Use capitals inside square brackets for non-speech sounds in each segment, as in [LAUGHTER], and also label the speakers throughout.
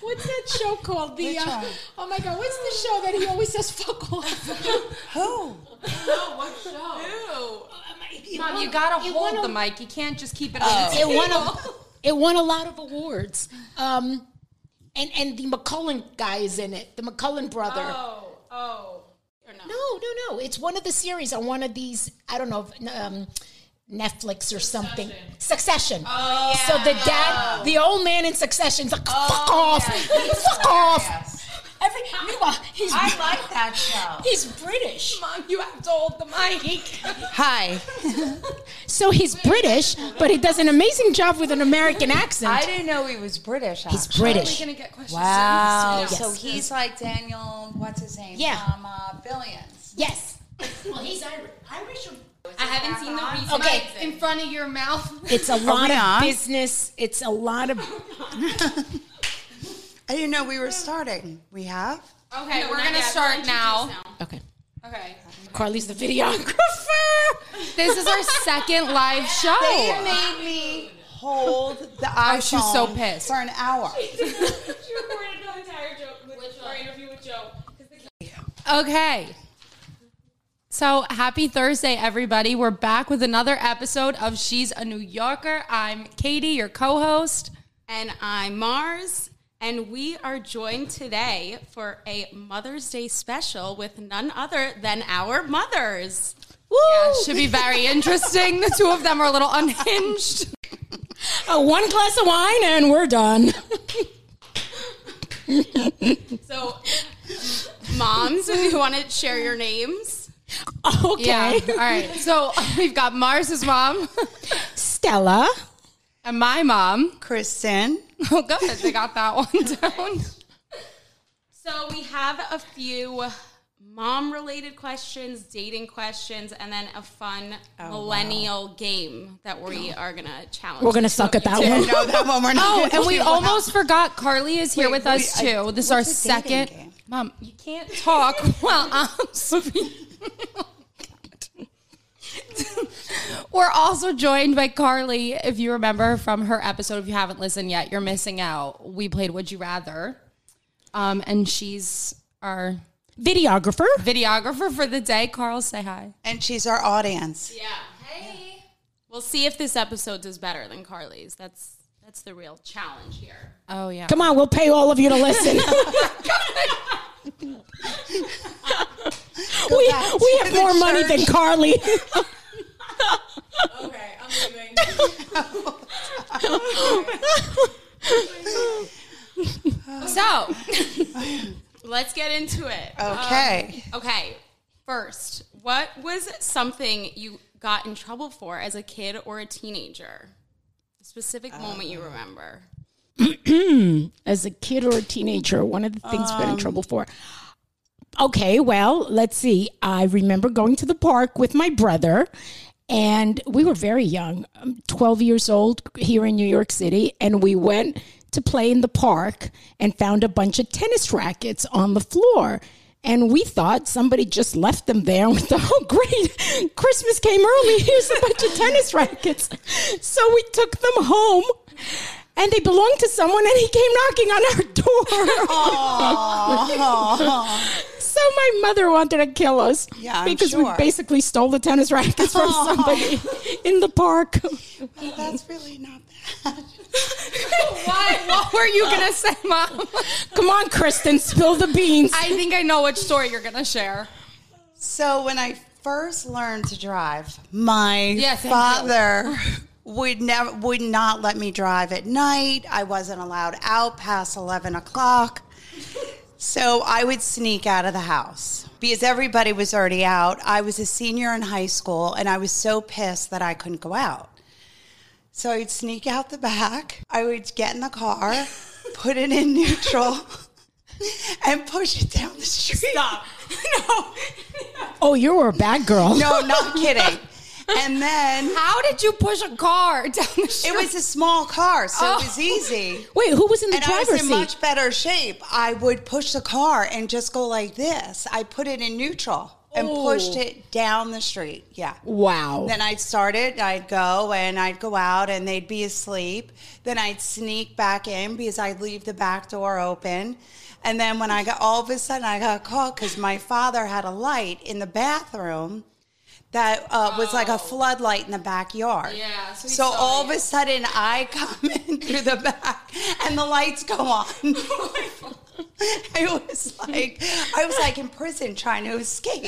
Speaker 1: What's that show called? The
Speaker 2: Which
Speaker 1: uh,
Speaker 2: one?
Speaker 1: oh my god, what's the show that he always says fuck off?
Speaker 2: Who?
Speaker 3: what show?
Speaker 4: Mom, you gotta
Speaker 1: It
Speaker 4: hold
Speaker 1: won a-
Speaker 4: the mic. You can't just keep it
Speaker 2: Oh.
Speaker 4: on. the
Speaker 1: It
Speaker 4: table.
Speaker 1: won a it won a lot of awards. Um, and and the McCullen guy is in it. The McCullen brother.
Speaker 3: Oh, oh. Or no.
Speaker 1: No, no, no. It's one of the series on one of these. I don't know. Um, Netflix or something. Succession.
Speaker 3: Oh, yeah.
Speaker 1: So the dad, the old man in Succession's like, fuck off, [LAUGHS] fuck off. Every meanwhile, he's
Speaker 2: I like that show.
Speaker 1: he's British.
Speaker 4: Mom, you have to hold the mic.
Speaker 2: Hi.
Speaker 1: So he's British, but he does an amazing job with an American accent.
Speaker 2: I didn't know he was British.
Speaker 1: he's
Speaker 2: actually.
Speaker 1: British.
Speaker 4: We're gonna get questions.
Speaker 2: Wow.
Speaker 1: Yes.
Speaker 2: So he's like Daniel, what's his name?
Speaker 1: Yeah.
Speaker 2: From uh, Billions.
Speaker 1: Yes. Well, he's Irish. Irish.
Speaker 4: I haven't seen the reason.
Speaker 1: Okay.
Speaker 4: in front of your mouth.
Speaker 3: [LAUGHS]
Speaker 1: It's a lot
Speaker 2: we
Speaker 1: of
Speaker 2: on?
Speaker 1: business. It's a lot of.
Speaker 2: I didn't know we were starting. We have?
Speaker 4: Okay, we're gonna start now.
Speaker 1: Okay.
Speaker 4: Okay.
Speaker 1: Carly's the videographer.
Speaker 4: This is our second live show.
Speaker 2: made me hold the iPhone
Speaker 4: [LAUGHS] Oh, she was so pissed.
Speaker 2: for an hour.
Speaker 3: She recorded an entire joke with our interview with Joe.
Speaker 4: Okay. So happy Thursday, everybody. We're back with another episode of She's a New Yorker. I'm Katie, your co host.
Speaker 3: And I'm Mars. And we are joined today for a Mother's Day special with none other than our mothers.
Speaker 1: Woo!
Speaker 4: Should be very interesting. The two of them are a little unhinged.
Speaker 1: Uh, one glass of wine and we're done. [LAUGHS]
Speaker 3: So, moms, if you want to share your names,
Speaker 1: okay.
Speaker 4: Yeah. All right. So we've got Mars's mom
Speaker 1: Stella.
Speaker 4: and my mom.
Speaker 2: Kristen.
Speaker 4: Oh, good. They got that one down.
Speaker 3: So we have a few mom related questions, dating questions, and then a fun
Speaker 1: Oh,
Speaker 3: millennial game that we are going to challenge.
Speaker 1: We're gonna suck at that one.
Speaker 2: No, that one we're not.
Speaker 4: [LAUGHS] Oh,
Speaker 2: gonna
Speaker 4: and we
Speaker 2: do.
Speaker 4: almost forgot Carly is here
Speaker 2: Wait,
Speaker 4: with us
Speaker 2: wait, I-
Speaker 4: too. this
Speaker 2: what's
Speaker 4: is our
Speaker 2: the dating
Speaker 4: second.
Speaker 2: game?
Speaker 4: Mom, you can't
Speaker 2: [LAUGHS]
Speaker 4: [LAUGHS] talk while I'm [LAUGHS] sleeping. We're also joined by Carly, if you remember from her episode. If you haven't listened yet, you're missing out. We played Would You Rather, um, and she's our
Speaker 1: Videographer.
Speaker 4: videographer for the day. Carl, say hi.
Speaker 2: And she's our audience.
Speaker 3: Yeah. Hey. We'll see if this episode does better than Carly's. That's that's the real challenge here.
Speaker 4: Oh yeah.
Speaker 1: Come on, we'll pay all of you to [LAUGHS] listen. we,
Speaker 2: back
Speaker 1: we
Speaker 2: to
Speaker 1: have
Speaker 2: the
Speaker 1: more money than Carly.
Speaker 3: Okay, I'm [LAUGHS] leaving.
Speaker 4: So
Speaker 3: [LAUGHS] Let's get into it.
Speaker 4: Oh.
Speaker 2: Okay.
Speaker 3: Okay. First, what was something you got in trouble for as a kid or a teenager? A specific moment
Speaker 4: Uh.
Speaker 3: you remember.
Speaker 1: [LAUGHS] as a kid or a teenager, one of the things we got in trouble for. Okay, well, let's see. I remember going to the park with my brother, and we were very young, um, 12 years old here in New York City, and we went to play in the park and found a bunch of tennis rackets on the floor. And we thought somebody just left them there. And we thought, oh, great. [LAUGHS] Christmas came early. Here's a bunch of tennis
Speaker 2: [LAUGHS]
Speaker 1: rackets. So we took them home and they belonged to someone and he came knocking on our door [LAUGHS] so my mother wanted to kill us
Speaker 2: Yeah, I'm
Speaker 1: because we
Speaker 2: sure.
Speaker 1: basically stole the tennis rackets from somebody in the
Speaker 2: [LAUGHS]
Speaker 1: park
Speaker 2: That's really not bad.
Speaker 4: what? [LAUGHS] What were you gonna say, Mom?
Speaker 1: come on kristen spill the beans
Speaker 4: I think I know which story you're gonna share.
Speaker 2: So when I first learned to drive, my
Speaker 4: Yeah, thank you.
Speaker 2: father would never would not let me drive at night. I wasn't allowed out past eleven o'clock. So I would sneak out of the house because everybody was already out. I was a senior in high school and I was so pissed that I couldn't go out. So I'd sneak out the back. I would get in the car, put it in neutral, and push it down the street. Stop.
Speaker 1: oh you were a bad girl
Speaker 2: No,
Speaker 1: [LAUGHS]
Speaker 2: not kidding. And then
Speaker 4: How did you push a car [LAUGHS] down the street?
Speaker 2: it was a small car, so
Speaker 4: Oh.
Speaker 2: it was easy.
Speaker 1: wait who was in the
Speaker 2: And I was
Speaker 1: driver's
Speaker 2: in
Speaker 1: seat
Speaker 2: much better shape. I would push the car and just go like this. I put it in neutral. and
Speaker 1: Oh.
Speaker 2: pushed it down the street. Yeah.
Speaker 1: Wow.
Speaker 2: Then I'd start it, I'd go and I'd go out and they'd be asleep. Then I'd sneak back in because I'd leave the back door open. And then when I got all of a sudden, I got called because my father had a light in the bathroom that uh, was like a floodlight in the backyard.
Speaker 3: Yeah, so he
Speaker 2: So
Speaker 3: saw
Speaker 2: all of
Speaker 3: you.
Speaker 2: a sudden, I come [LAUGHS] in through the back and the lights go
Speaker 3: [LAUGHS]
Speaker 2: on.
Speaker 3: Oh
Speaker 2: I was like, I was like in prison trying to
Speaker 3: [LAUGHS]
Speaker 2: escape,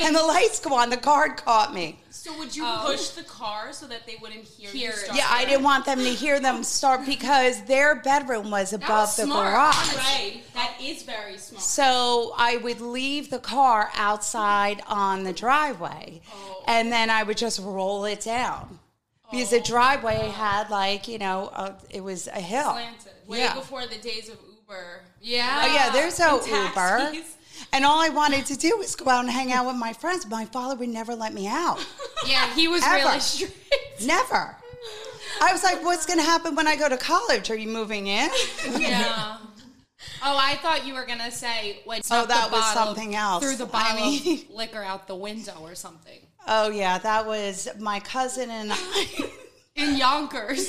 Speaker 2: and the lights go on. The guard caught me.
Speaker 3: So would you push the car so that they wouldn't Oh. hear,
Speaker 4: Hear it.
Speaker 3: you? Start
Speaker 2: Yeah, I didn't want them to hear them start because their bedroom was above
Speaker 3: That was
Speaker 2: the
Speaker 3: smart.
Speaker 2: garage.
Speaker 3: Right. That is very smart.
Speaker 2: So I would leave the car outside on the driveway,
Speaker 3: Oh.
Speaker 2: and then I would just roll it down because the driveway had like you know uh it was a hill.
Speaker 3: Planted. Way
Speaker 2: Yeah.
Speaker 3: before the days of Uber.
Speaker 4: Yeah.
Speaker 2: Oh yeah, there's no
Speaker 3: And
Speaker 2: Uber.
Speaker 3: taxis.
Speaker 2: And all I wanted to do was go out and hang out with my friends. My father would never let me
Speaker 3: [LAUGHS]
Speaker 2: out.
Speaker 4: [LAUGHS] Yeah, he was
Speaker 2: Ever.
Speaker 4: really strict.
Speaker 2: Never. I was like, what's going to happen when I go to college? Are you moving in?
Speaker 4: yeah. Oh, I thought you were gonna say when
Speaker 2: Oh,
Speaker 4: snuck the
Speaker 2: that was
Speaker 4: bottle
Speaker 2: something else.
Speaker 4: through the
Speaker 2: I
Speaker 4: bottle
Speaker 2: mean- [LAUGHS]
Speaker 4: of liquor out the window or something
Speaker 2: Oh, yeah, that was my cousin and I.
Speaker 4: in Yonkers.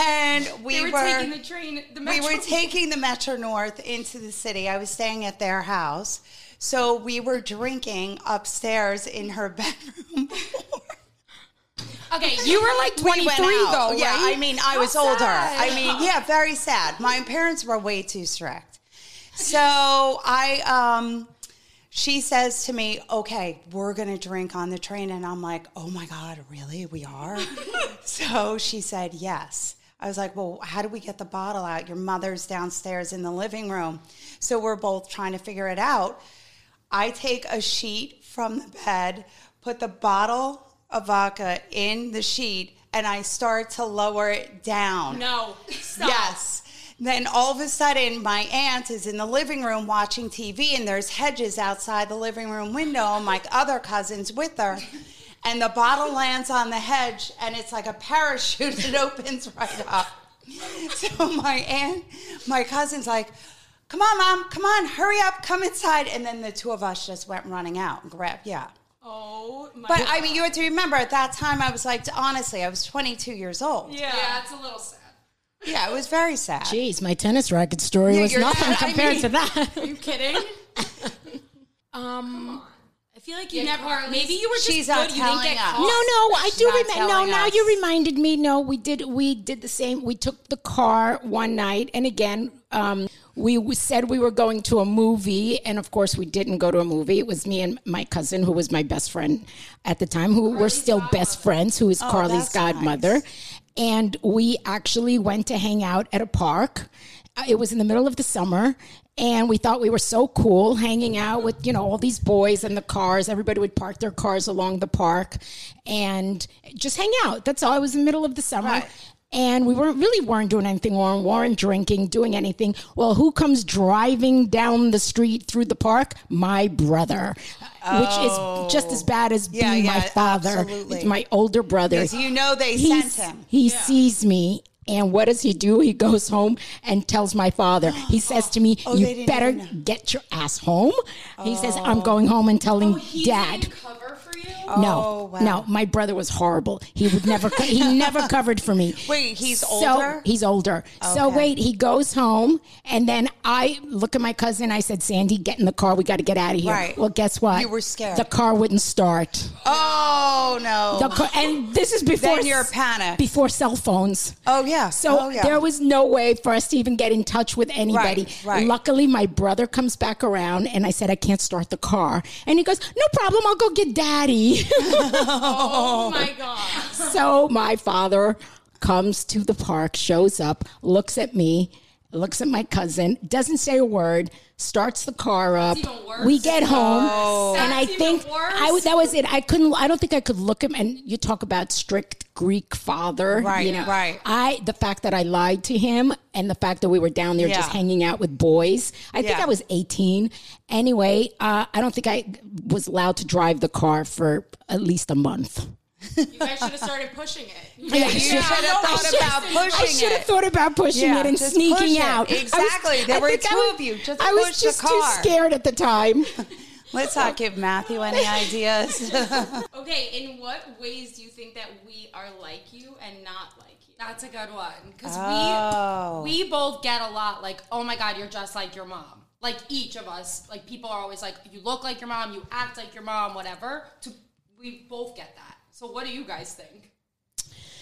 Speaker 2: And we
Speaker 4: [LAUGHS] they were,
Speaker 2: were
Speaker 4: taking the train. The
Speaker 2: we
Speaker 4: metro.
Speaker 2: were taking the Metro North into the city. I was staying at their house. So we were drinking upstairs in her [LAUGHS] bedroom.
Speaker 4: Okay, you were like 23 though,
Speaker 2: Yeah,
Speaker 4: right?
Speaker 2: I mean, I was older. I mean, yeah, very sad. My parents were way too strict. So I, um, she says to me, okay, we're going to drink on the train. And I'm like, oh my God, really? We are? so she said, yes. I was like, well, how do we get the bottle out? Your mother's downstairs in the living room. So we're both trying to figure it out. I take a sheet from the bed, put the bottle of vodka in the sheet, and I start to lower it down.
Speaker 3: No. Stop.
Speaker 2: Yes. Then all of a sudden, my aunt is in the living room watching TV, and there's hedges outside the living room window, and my other cousin's with her. And the bottle lands on the hedge, and it's like a parachute. [LAUGHS] It opens right up. So my aunt, my cousin's like, Come on, mom, come on, hurry up, come inside. And then the two of us just went running out and grabbed, yeah.
Speaker 3: Oh my
Speaker 2: But I mean, you have to remember at that time, I was like, honestly, I was 22 years old.
Speaker 3: Yeah. yeah, it's a little sad.
Speaker 2: Yeah, it was very sad.
Speaker 1: Jeez, my tennis racket story was
Speaker 2: you're
Speaker 1: nothing
Speaker 2: not- I
Speaker 1: compared
Speaker 2: mean-
Speaker 1: to
Speaker 2: [LAUGHS]
Speaker 1: that.
Speaker 4: Are you kidding?
Speaker 3: Um I feel like you
Speaker 4: Yeah,
Speaker 3: never
Speaker 4: Carly's-
Speaker 3: maybe you were just
Speaker 2: She's not
Speaker 3: good, you didn't
Speaker 2: telling
Speaker 3: get
Speaker 2: us.
Speaker 1: No, no,
Speaker 3: caught.
Speaker 1: I do
Speaker 2: not
Speaker 1: remember. No,
Speaker 2: telling
Speaker 1: now
Speaker 2: us.
Speaker 1: you reminded me. No, we did. We did the same. We took the car one night, and again, um, we w- said we were going to a movie, and of course, we didn't go to a movie. It was me and my cousin, who was my best friend at the time, who were still best friends, who is Carly's
Speaker 2: Oh, that's nice.
Speaker 1: godmother, and we actually went to hang out at a park. Uh, It was in the middle of the summer. And we thought we were so cool hanging out with, you know, all these boys and the cars. Everybody would park their cars along the park and just hang out. That's all. It was in the middle of the summer.
Speaker 2: Right.
Speaker 1: And we weren't really weren't doing anything, weren't, weren't drinking, doing anything. Well, who comes driving down the street through the park? My brother, which is just as bad as
Speaker 2: Oh. Yeah,
Speaker 1: being my
Speaker 2: yeah,
Speaker 1: father.
Speaker 2: absolutely.
Speaker 1: It's my older brother.
Speaker 2: Because you know they
Speaker 1: He
Speaker 2: sent
Speaker 1: s-
Speaker 2: him.
Speaker 1: He sees me. And what does he do? He goes home and tells my
Speaker 2: [GASPS]
Speaker 1: father. He says to me,
Speaker 2: Oh, they
Speaker 1: "You
Speaker 2: didn't
Speaker 1: better
Speaker 2: even Oh.
Speaker 1: get your ass home." He says, "I'm going home and telling
Speaker 3: Oh, He
Speaker 1: dad." Oh.
Speaker 3: didn't cover for you?
Speaker 1: No,
Speaker 2: Oh, wow.
Speaker 1: no, my brother was horrible. He would never, co- he
Speaker 2: [LAUGHS]
Speaker 1: never covered for me.
Speaker 2: Wait, he's
Speaker 1: So-
Speaker 2: older?
Speaker 1: He's older. So
Speaker 2: Okay.
Speaker 1: wait, he goes home, and then I look at my cousin. I said, "Sandy, get in the car. We got to get out of here."
Speaker 2: Right.
Speaker 1: Well, guess what?
Speaker 2: You were scared.
Speaker 1: The car wouldn't start.
Speaker 2: Oh no!
Speaker 1: The car, and this is before
Speaker 2: Then you're
Speaker 1: s-
Speaker 2: panicked.
Speaker 1: Before cell phones.
Speaker 2: oh yeah.
Speaker 1: So
Speaker 2: oh, yeah.
Speaker 1: there was no way for us to even get in touch with anybody.
Speaker 2: Right, right.
Speaker 1: Luckily, my brother comes back around and I said, I can't start the car. And he goes, No problem, I'll go get daddy. [LAUGHS]
Speaker 3: Oh my god.
Speaker 1: so my father comes to the park, shows up, looks at me, looks at my cousin, doesn't say a word, starts the car up.
Speaker 3: even worse.
Speaker 1: We get home, and I
Speaker 3: That's even
Speaker 1: think
Speaker 3: worse.
Speaker 1: I was that was it. I couldn't. I don't think I could look him. And you talk about strict Greek father,
Speaker 2: Right,
Speaker 1: You know,
Speaker 2: right.
Speaker 1: I the fact that I lied to him and the fact that we were down there just
Speaker 2: Yeah.
Speaker 1: hanging out with boys. I think
Speaker 2: Yeah.
Speaker 1: I was eighteen. Anyway, uh, I don't think I was allowed to drive the car for at least a month.
Speaker 3: You guys should have started pushing it. You
Speaker 1: [LAUGHS] Yeah, I
Speaker 2: you
Speaker 1: should've-
Speaker 2: should have
Speaker 1: I
Speaker 2: thought
Speaker 1: should've-
Speaker 2: about
Speaker 1: I
Speaker 2: pushing
Speaker 1: should have
Speaker 2: it.
Speaker 1: thought about pushing
Speaker 2: Yeah,
Speaker 1: it and
Speaker 2: just
Speaker 1: sneaking
Speaker 2: push it.
Speaker 1: out. I was-
Speaker 2: Exactly. There
Speaker 1: I
Speaker 2: were
Speaker 1: think I
Speaker 2: two
Speaker 1: was-
Speaker 2: of you. Just
Speaker 1: I was
Speaker 2: push the
Speaker 1: just too
Speaker 2: car.
Speaker 1: scared at the time.
Speaker 2: Let's not give Matthew any ideas.
Speaker 3: Okay, in what ways do you think that we are like you and not like you?
Speaker 4: That's a good one because
Speaker 2: Oh.
Speaker 4: we we both get a lot like, oh my god, you're just like your mom. Like each of us, like people are always like, you look like your mom, you act like your mom, whatever. To we both get that. So what do you guys think?
Speaker 1: [LAUGHS]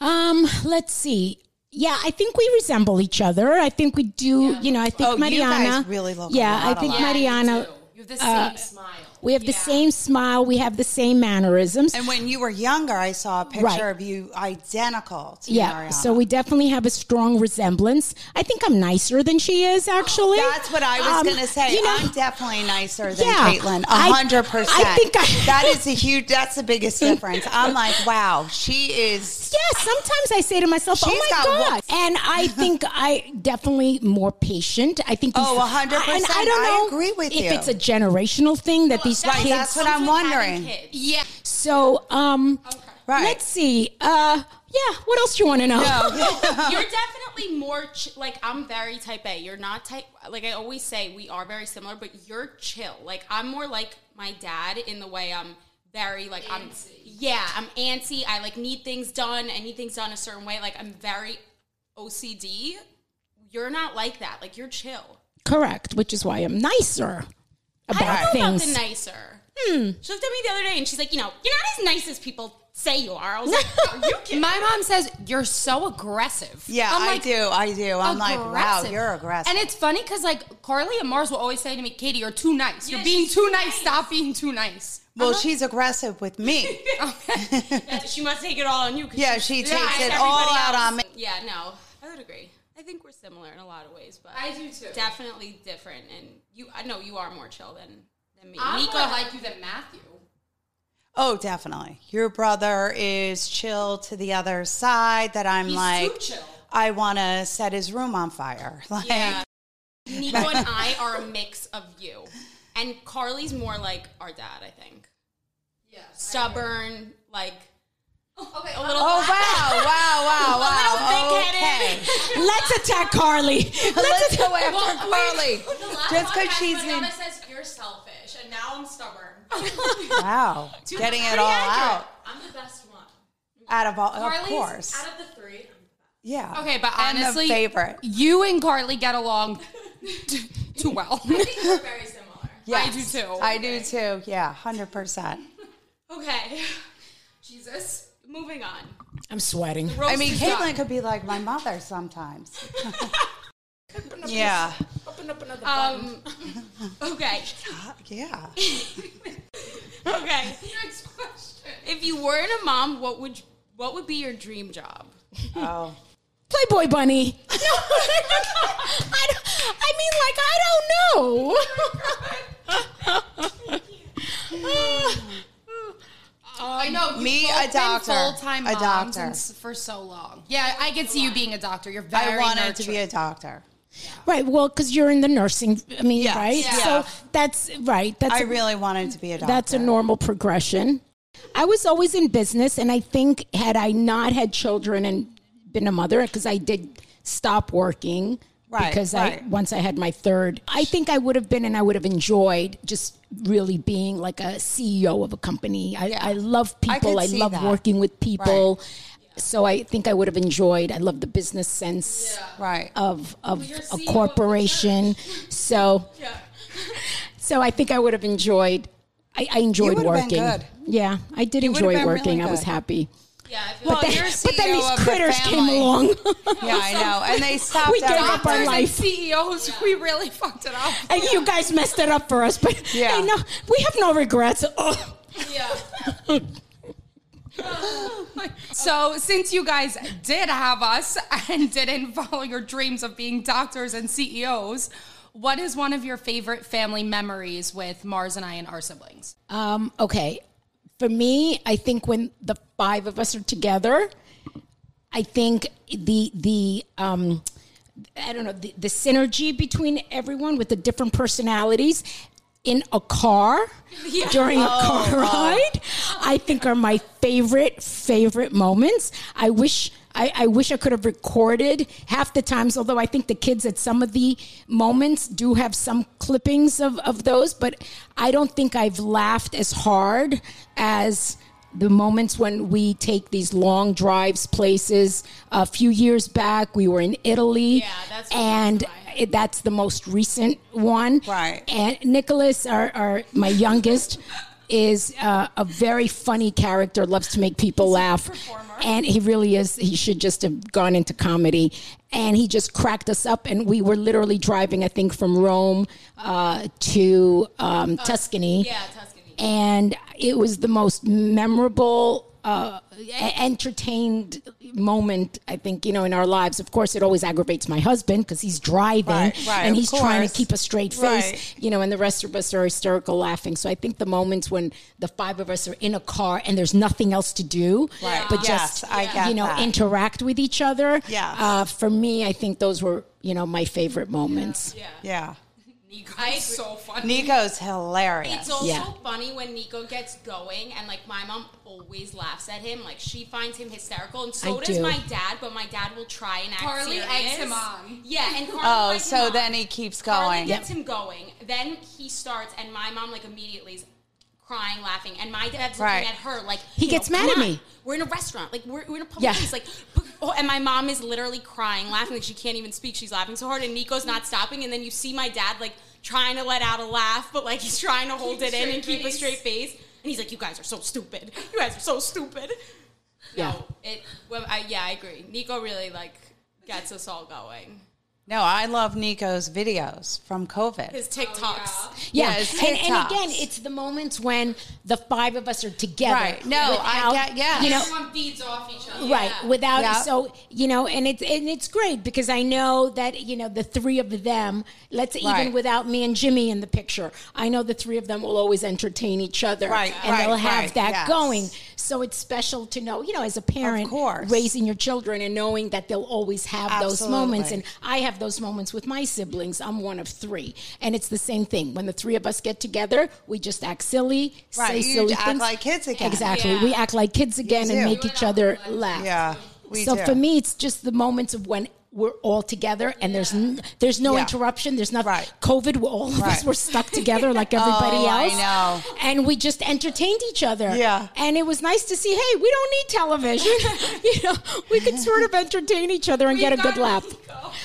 Speaker 1: Um, let's see. Yeah, I think we resemble each other. I think we do. You know, I think
Speaker 2: Oh, you guys
Speaker 1: Mariana
Speaker 2: really look a
Speaker 1: Yeah,
Speaker 2: lot
Speaker 1: I think
Speaker 2: alike.
Speaker 1: Mariana.
Speaker 4: you, do. You have the
Speaker 1: uh,
Speaker 4: same smile.
Speaker 1: We have the
Speaker 4: Yeah.
Speaker 1: same smile. We have the same mannerisms.
Speaker 2: and when you were younger, I saw a picture
Speaker 1: Right.
Speaker 2: of you identical to
Speaker 1: yeah,
Speaker 2: Mariana.
Speaker 1: so we definitely have a strong resemblance. I think I'm nicer than she
Speaker 2: [GASPS]
Speaker 1: is, actually.
Speaker 2: That's what I was
Speaker 1: Um,
Speaker 2: going to say.
Speaker 1: You know,
Speaker 2: I'm definitely nicer than
Speaker 1: Yeah,
Speaker 2: Caitlin. A
Speaker 1: I-
Speaker 2: hundred percent.
Speaker 1: I think I-
Speaker 2: [LAUGHS] that is a huge. That's the biggest difference. I'm like, wow, she is.
Speaker 1: yeah, sometimes I say to myself, "Oh
Speaker 2: She's
Speaker 1: my
Speaker 2: got
Speaker 1: god!"
Speaker 2: looks.
Speaker 1: And
Speaker 2: [LAUGHS]
Speaker 1: I think I definitely more patient. I think these,
Speaker 2: Oh, 100%.
Speaker 1: I, and I don't
Speaker 2: I
Speaker 1: know
Speaker 2: agree with
Speaker 1: if
Speaker 2: you.
Speaker 1: it's a generational thing that these
Speaker 2: Right,
Speaker 1: kids.
Speaker 2: that's what I'm wondering.
Speaker 4: Yeah.
Speaker 1: So, um,
Speaker 2: Right.
Speaker 1: let's see. Uh, yeah, what else do you want to know?
Speaker 3: You're definitely more ch- like I'm very type A. You're not type like I always say we are very similar, but you're chill. Like I'm more like my dad in the way I'm very like I'm yeah I'm antsy. I like need things done. I need things done a certain way. Like I'm very OCD. You're not like that. Like you're chill.
Speaker 1: [LAUGHS] Correct, which is why I'm nicer about
Speaker 3: I don't know
Speaker 1: things.
Speaker 3: about the nicer.
Speaker 2: Hmm.
Speaker 3: She looked at me the other day and she's like, you know, you're not as nice as people say you are. I was like,
Speaker 2: [LAUGHS]
Speaker 3: are you kidding?
Speaker 4: My mom says you're so aggressive.
Speaker 2: Yeah,
Speaker 4: I'm
Speaker 2: I
Speaker 4: like,
Speaker 2: do. I do. I'm like, wow,
Speaker 4: aggressive.
Speaker 2: you're aggressive.
Speaker 4: And it's funny because like Carly and Mars will always say to me, Katie, you're too nice.
Speaker 3: Yeah,
Speaker 4: you're being
Speaker 3: she's
Speaker 4: too
Speaker 3: too
Speaker 4: nice.
Speaker 3: nice."
Speaker 4: Stop being too nice.
Speaker 2: well, she's aggressive with me.
Speaker 3: she must take it all on you. 'cause
Speaker 2: Yeah, she
Speaker 3: Yeah,
Speaker 2: takes
Speaker 3: it's
Speaker 2: it all
Speaker 3: everybody
Speaker 2: out
Speaker 3: else.
Speaker 2: on me.
Speaker 3: Yeah, no, I would agree. I think we're similar in a lot of ways, but
Speaker 4: I do too.
Speaker 3: Definitely different, and you. I know you are more chill than than me.
Speaker 4: I'm
Speaker 3: Nico,
Speaker 2: [LAUGHS]
Speaker 4: more like you than Matthew.
Speaker 2: Oh, definitely. Your brother is chill to the other side. That I'm
Speaker 4: He's
Speaker 2: like,
Speaker 4: too chill.
Speaker 2: I want to set his room on fire. [LAUGHS] Like,
Speaker 3: yeah. Nico and
Speaker 2: [LAUGHS]
Speaker 3: I are a mix of you, and Carly's more like our dad. I think
Speaker 4: Yes.
Speaker 3: stubborn, like
Speaker 4: Okay.
Speaker 3: a little.
Speaker 2: oh wow, wow, wow,
Speaker 4: [LAUGHS]
Speaker 2: wow.
Speaker 3: little thick-headed.
Speaker 2: Okay.
Speaker 1: Let's attack Carly. [LAUGHS]
Speaker 2: Let's go after
Speaker 4: [LAUGHS]
Speaker 2: Carly. Just because she's in. [LAUGHS]
Speaker 3: Mariana says you're selfish, and now I'm stubborn.
Speaker 2: Wow, getting it all out.
Speaker 3: I'm the best one.
Speaker 2: Out of all, of
Speaker 4: Carly's
Speaker 2: course.
Speaker 3: Out of the three,
Speaker 2: Yeah.
Speaker 4: Okay, but
Speaker 2: And the
Speaker 4: honestly,
Speaker 2: favorite.
Speaker 4: you and Carly get along [LAUGHS] t- too well.
Speaker 3: I think we're very similar.
Speaker 4: I do
Speaker 2: Yes.
Speaker 4: too.
Speaker 2: I do too. Yeah, hundred percent.
Speaker 3: Okay. Jesus. Moving on.
Speaker 1: I'm sweating.
Speaker 2: I mean,
Speaker 3: Roast is
Speaker 2: Caitlin could be like my mother
Speaker 4: [LAUGHS]
Speaker 2: sometimes. [LAUGHS] yeah,
Speaker 3: done. Um, [LAUGHS] okay.
Speaker 2: yeah.
Speaker 3: Okay. [LAUGHS] Next question. If you weren't a mom, what would what would be your dream job?
Speaker 2: Oh,
Speaker 1: Playboy Bunny. [LAUGHS] No. I, don't- I mean, like, I [LAUGHS] don't know.
Speaker 4: I know.
Speaker 2: Me, a doctor.
Speaker 4: Full time
Speaker 2: A doctor.
Speaker 4: for so long. Yeah, I could see you being a doctor. You're very.
Speaker 2: I wanted to
Speaker 4: nurturing.
Speaker 2: be a doctor.
Speaker 1: right, well, because you're in the nursing, I mean,
Speaker 2: Yes,
Speaker 1: right?
Speaker 2: yeah.
Speaker 1: So that's right. That's
Speaker 2: I
Speaker 1: a-
Speaker 2: really wanted to be a doctor.
Speaker 1: That's a normal progression. I was always in business, and I think had I not had children and been a mother, because I did stop working
Speaker 2: Right,
Speaker 1: because
Speaker 2: right.
Speaker 1: I once I had my third, I think I would have been and I would have enjoyed just really being like a CEO of a company. I, I love people.
Speaker 2: could
Speaker 1: I,
Speaker 2: see
Speaker 1: love
Speaker 2: that.
Speaker 1: working with people. So I think I would have enjoyed. I love the business sense
Speaker 2: right.
Speaker 1: of of
Speaker 3: you're
Speaker 1: a
Speaker 3: CEO of a
Speaker 1: corporation. So
Speaker 3: Yeah.
Speaker 1: so I think I would have enjoyed. I, I enjoyed
Speaker 2: would have
Speaker 1: working.
Speaker 2: been good.
Speaker 1: Yeah, I did
Speaker 2: would have
Speaker 1: enjoy
Speaker 2: been really
Speaker 1: working. I was
Speaker 2: good.
Speaker 1: happy.
Speaker 3: Yeah. I feel
Speaker 2: Well,
Speaker 3: like
Speaker 2: Oh,
Speaker 1: [LAUGHS]
Speaker 2: you're
Speaker 1: but then
Speaker 2: CEO
Speaker 1: these
Speaker 2: of the
Speaker 1: critters came
Speaker 2: family.
Speaker 1: along. [LAUGHS]
Speaker 2: Yeah, I know. And they stopped.
Speaker 1: We gave
Speaker 2: everything.
Speaker 1: up our
Speaker 4: Doctors and
Speaker 1: life.
Speaker 4: CEOs, E we really fucked it up.
Speaker 1: and you guys messed it up for us. But
Speaker 2: Yeah.
Speaker 1: yeah. hey, no, we have no regrets. [LAUGHS] Ugh.
Speaker 3: yeah.
Speaker 4: [LAUGHS] So, since you guys did have us and didn't follow your dreams of being doctors and CEOs, what is one of your favorite family memories with Mars and I and our siblings?
Speaker 1: Um, okay. For me, I think when the five of us are together, I think the the um, I don't know the, the synergy between everyone with the different personalities in a car during a car ride, I think are my favorite favorite moments. I wish I, I wish I could have recorded half the times, although I think the kids at some of the moments do have some clippings of, of those, but I don't think I've laughed as hard as the moments when we take these long drives places. A few years back, we were in Italy.
Speaker 3: Yeah, that's what
Speaker 1: and
Speaker 3: that's right.
Speaker 1: it, that's the most recent one.
Speaker 2: Right.
Speaker 1: And Nicholas, our, our my youngest, is uh, a very funny character. Loves to make people laugh, and he really is. He should just have gone into comedy. And he just cracked us up, and we were literally driving, I think, from Rome uh, to um, Tuscany
Speaker 3: Uh, Yeah, Tuscany.
Speaker 1: and it was the most memorable uh, e- entertained moment i think you know in our lives of course it always aggravates my husband because he's driving
Speaker 2: Right, right,
Speaker 1: and
Speaker 2: of
Speaker 1: he's trying
Speaker 2: course.
Speaker 1: to keep a straight face
Speaker 2: Right.
Speaker 1: you know and the rest of us are hysterical laughing so i think the moments when the five of us are in a car and there's nothing else to do
Speaker 2: Right.
Speaker 1: but
Speaker 2: Yes,
Speaker 1: just
Speaker 2: I get
Speaker 1: you know
Speaker 2: that.
Speaker 1: interact with each other
Speaker 2: Yes.
Speaker 1: uh, for me i think those were you know my favorite moments
Speaker 3: yeah.
Speaker 2: Yeah.
Speaker 4: I so funny.
Speaker 2: Nico's hilarious.
Speaker 3: It's also
Speaker 1: Yeah.
Speaker 3: funny when Nico gets going, and like my mom always laughs at him. Like she finds him hysterical, and so
Speaker 1: I
Speaker 3: does
Speaker 1: do.
Speaker 3: my dad. But my dad will try and act
Speaker 4: Carly
Speaker 3: serious.
Speaker 4: eggs him on.
Speaker 3: Yeah, and Carly
Speaker 2: Oh,
Speaker 3: eggs him
Speaker 2: so
Speaker 3: on.
Speaker 2: then he keeps
Speaker 3: Carly
Speaker 2: going.
Speaker 3: gets him going. Then he starts, and my mom like immediately is crying, laughing, and my dad's looking
Speaker 2: Right.
Speaker 3: at her like
Speaker 1: He
Speaker 3: you
Speaker 1: gets
Speaker 3: know,
Speaker 1: mad
Speaker 3: "Come
Speaker 1: at
Speaker 3: on,
Speaker 1: me."
Speaker 3: We're in a restaurant, like we're, we're in a public
Speaker 1: Yeah.
Speaker 3: place, like. but- Oh, and my mom is literally crying, laughing like she can't even speak. She's laughing so hard, and Nico's not stopping. And then you see my dad like trying to let out a laugh, but like he's trying to hold
Speaker 4: a
Speaker 3: it in and
Speaker 4: straight
Speaker 3: keep a
Speaker 4: face.
Speaker 3: straight face. And he's like, "You guys are so stupid. You guys are so stupid." No, it. Well, I, yeah, I agree. Nico really like gets us all going.
Speaker 2: No, I love Nico's videos from COVID.
Speaker 3: His TikToks.
Speaker 1: Yeah,
Speaker 2: Yes,
Speaker 1: and, and
Speaker 2: TikToks.
Speaker 1: again, it's the moments when the five of us are together.
Speaker 2: Right. No, I get- yeah.
Speaker 1: You know,
Speaker 4: Everyone feeds off each other.
Speaker 1: right? Without
Speaker 2: Yeah.
Speaker 1: so you know, and it's and it's great because I know that you know the three of them. Let's
Speaker 2: Right.
Speaker 1: even without me and Jimmy in the picture, I know the three of them will always entertain each other,
Speaker 2: Right,
Speaker 1: And
Speaker 2: right,
Speaker 1: they'll have
Speaker 2: right,
Speaker 1: that
Speaker 2: yes.
Speaker 1: going. So it's special to know, you know, as a parent,
Speaker 2: course.
Speaker 1: raising your children and knowing that they'll always have those moments
Speaker 2: Absolutely.
Speaker 1: and I have those moments with my siblings. I'm one of three, and it's the same thing. When the three of us get together, we just act silly, say
Speaker 2: Right, you
Speaker 1: silly
Speaker 2: act
Speaker 1: things.
Speaker 2: like kids again.
Speaker 1: Exactly,
Speaker 3: Yeah.
Speaker 1: we act like kids again
Speaker 2: do.
Speaker 1: and make each other laugh.
Speaker 2: Yeah, we
Speaker 1: so
Speaker 2: do.
Speaker 1: for me, it's just the moments of when we're all together and there's n- there's no
Speaker 2: Yeah.
Speaker 1: interruption. There's nothing.
Speaker 2: Right.
Speaker 1: COVID. We're, all of us
Speaker 2: Right.
Speaker 1: were stuck together
Speaker 2: [LAUGHS]
Speaker 1: like everybody
Speaker 2: Oh, I
Speaker 1: else.
Speaker 2: know.
Speaker 1: And we just entertained each other.
Speaker 2: Yeah.
Speaker 1: And it was nice to see. Hey, we don't need television. [LAUGHS] you know, we could sort of entertain each other and get a good laugh.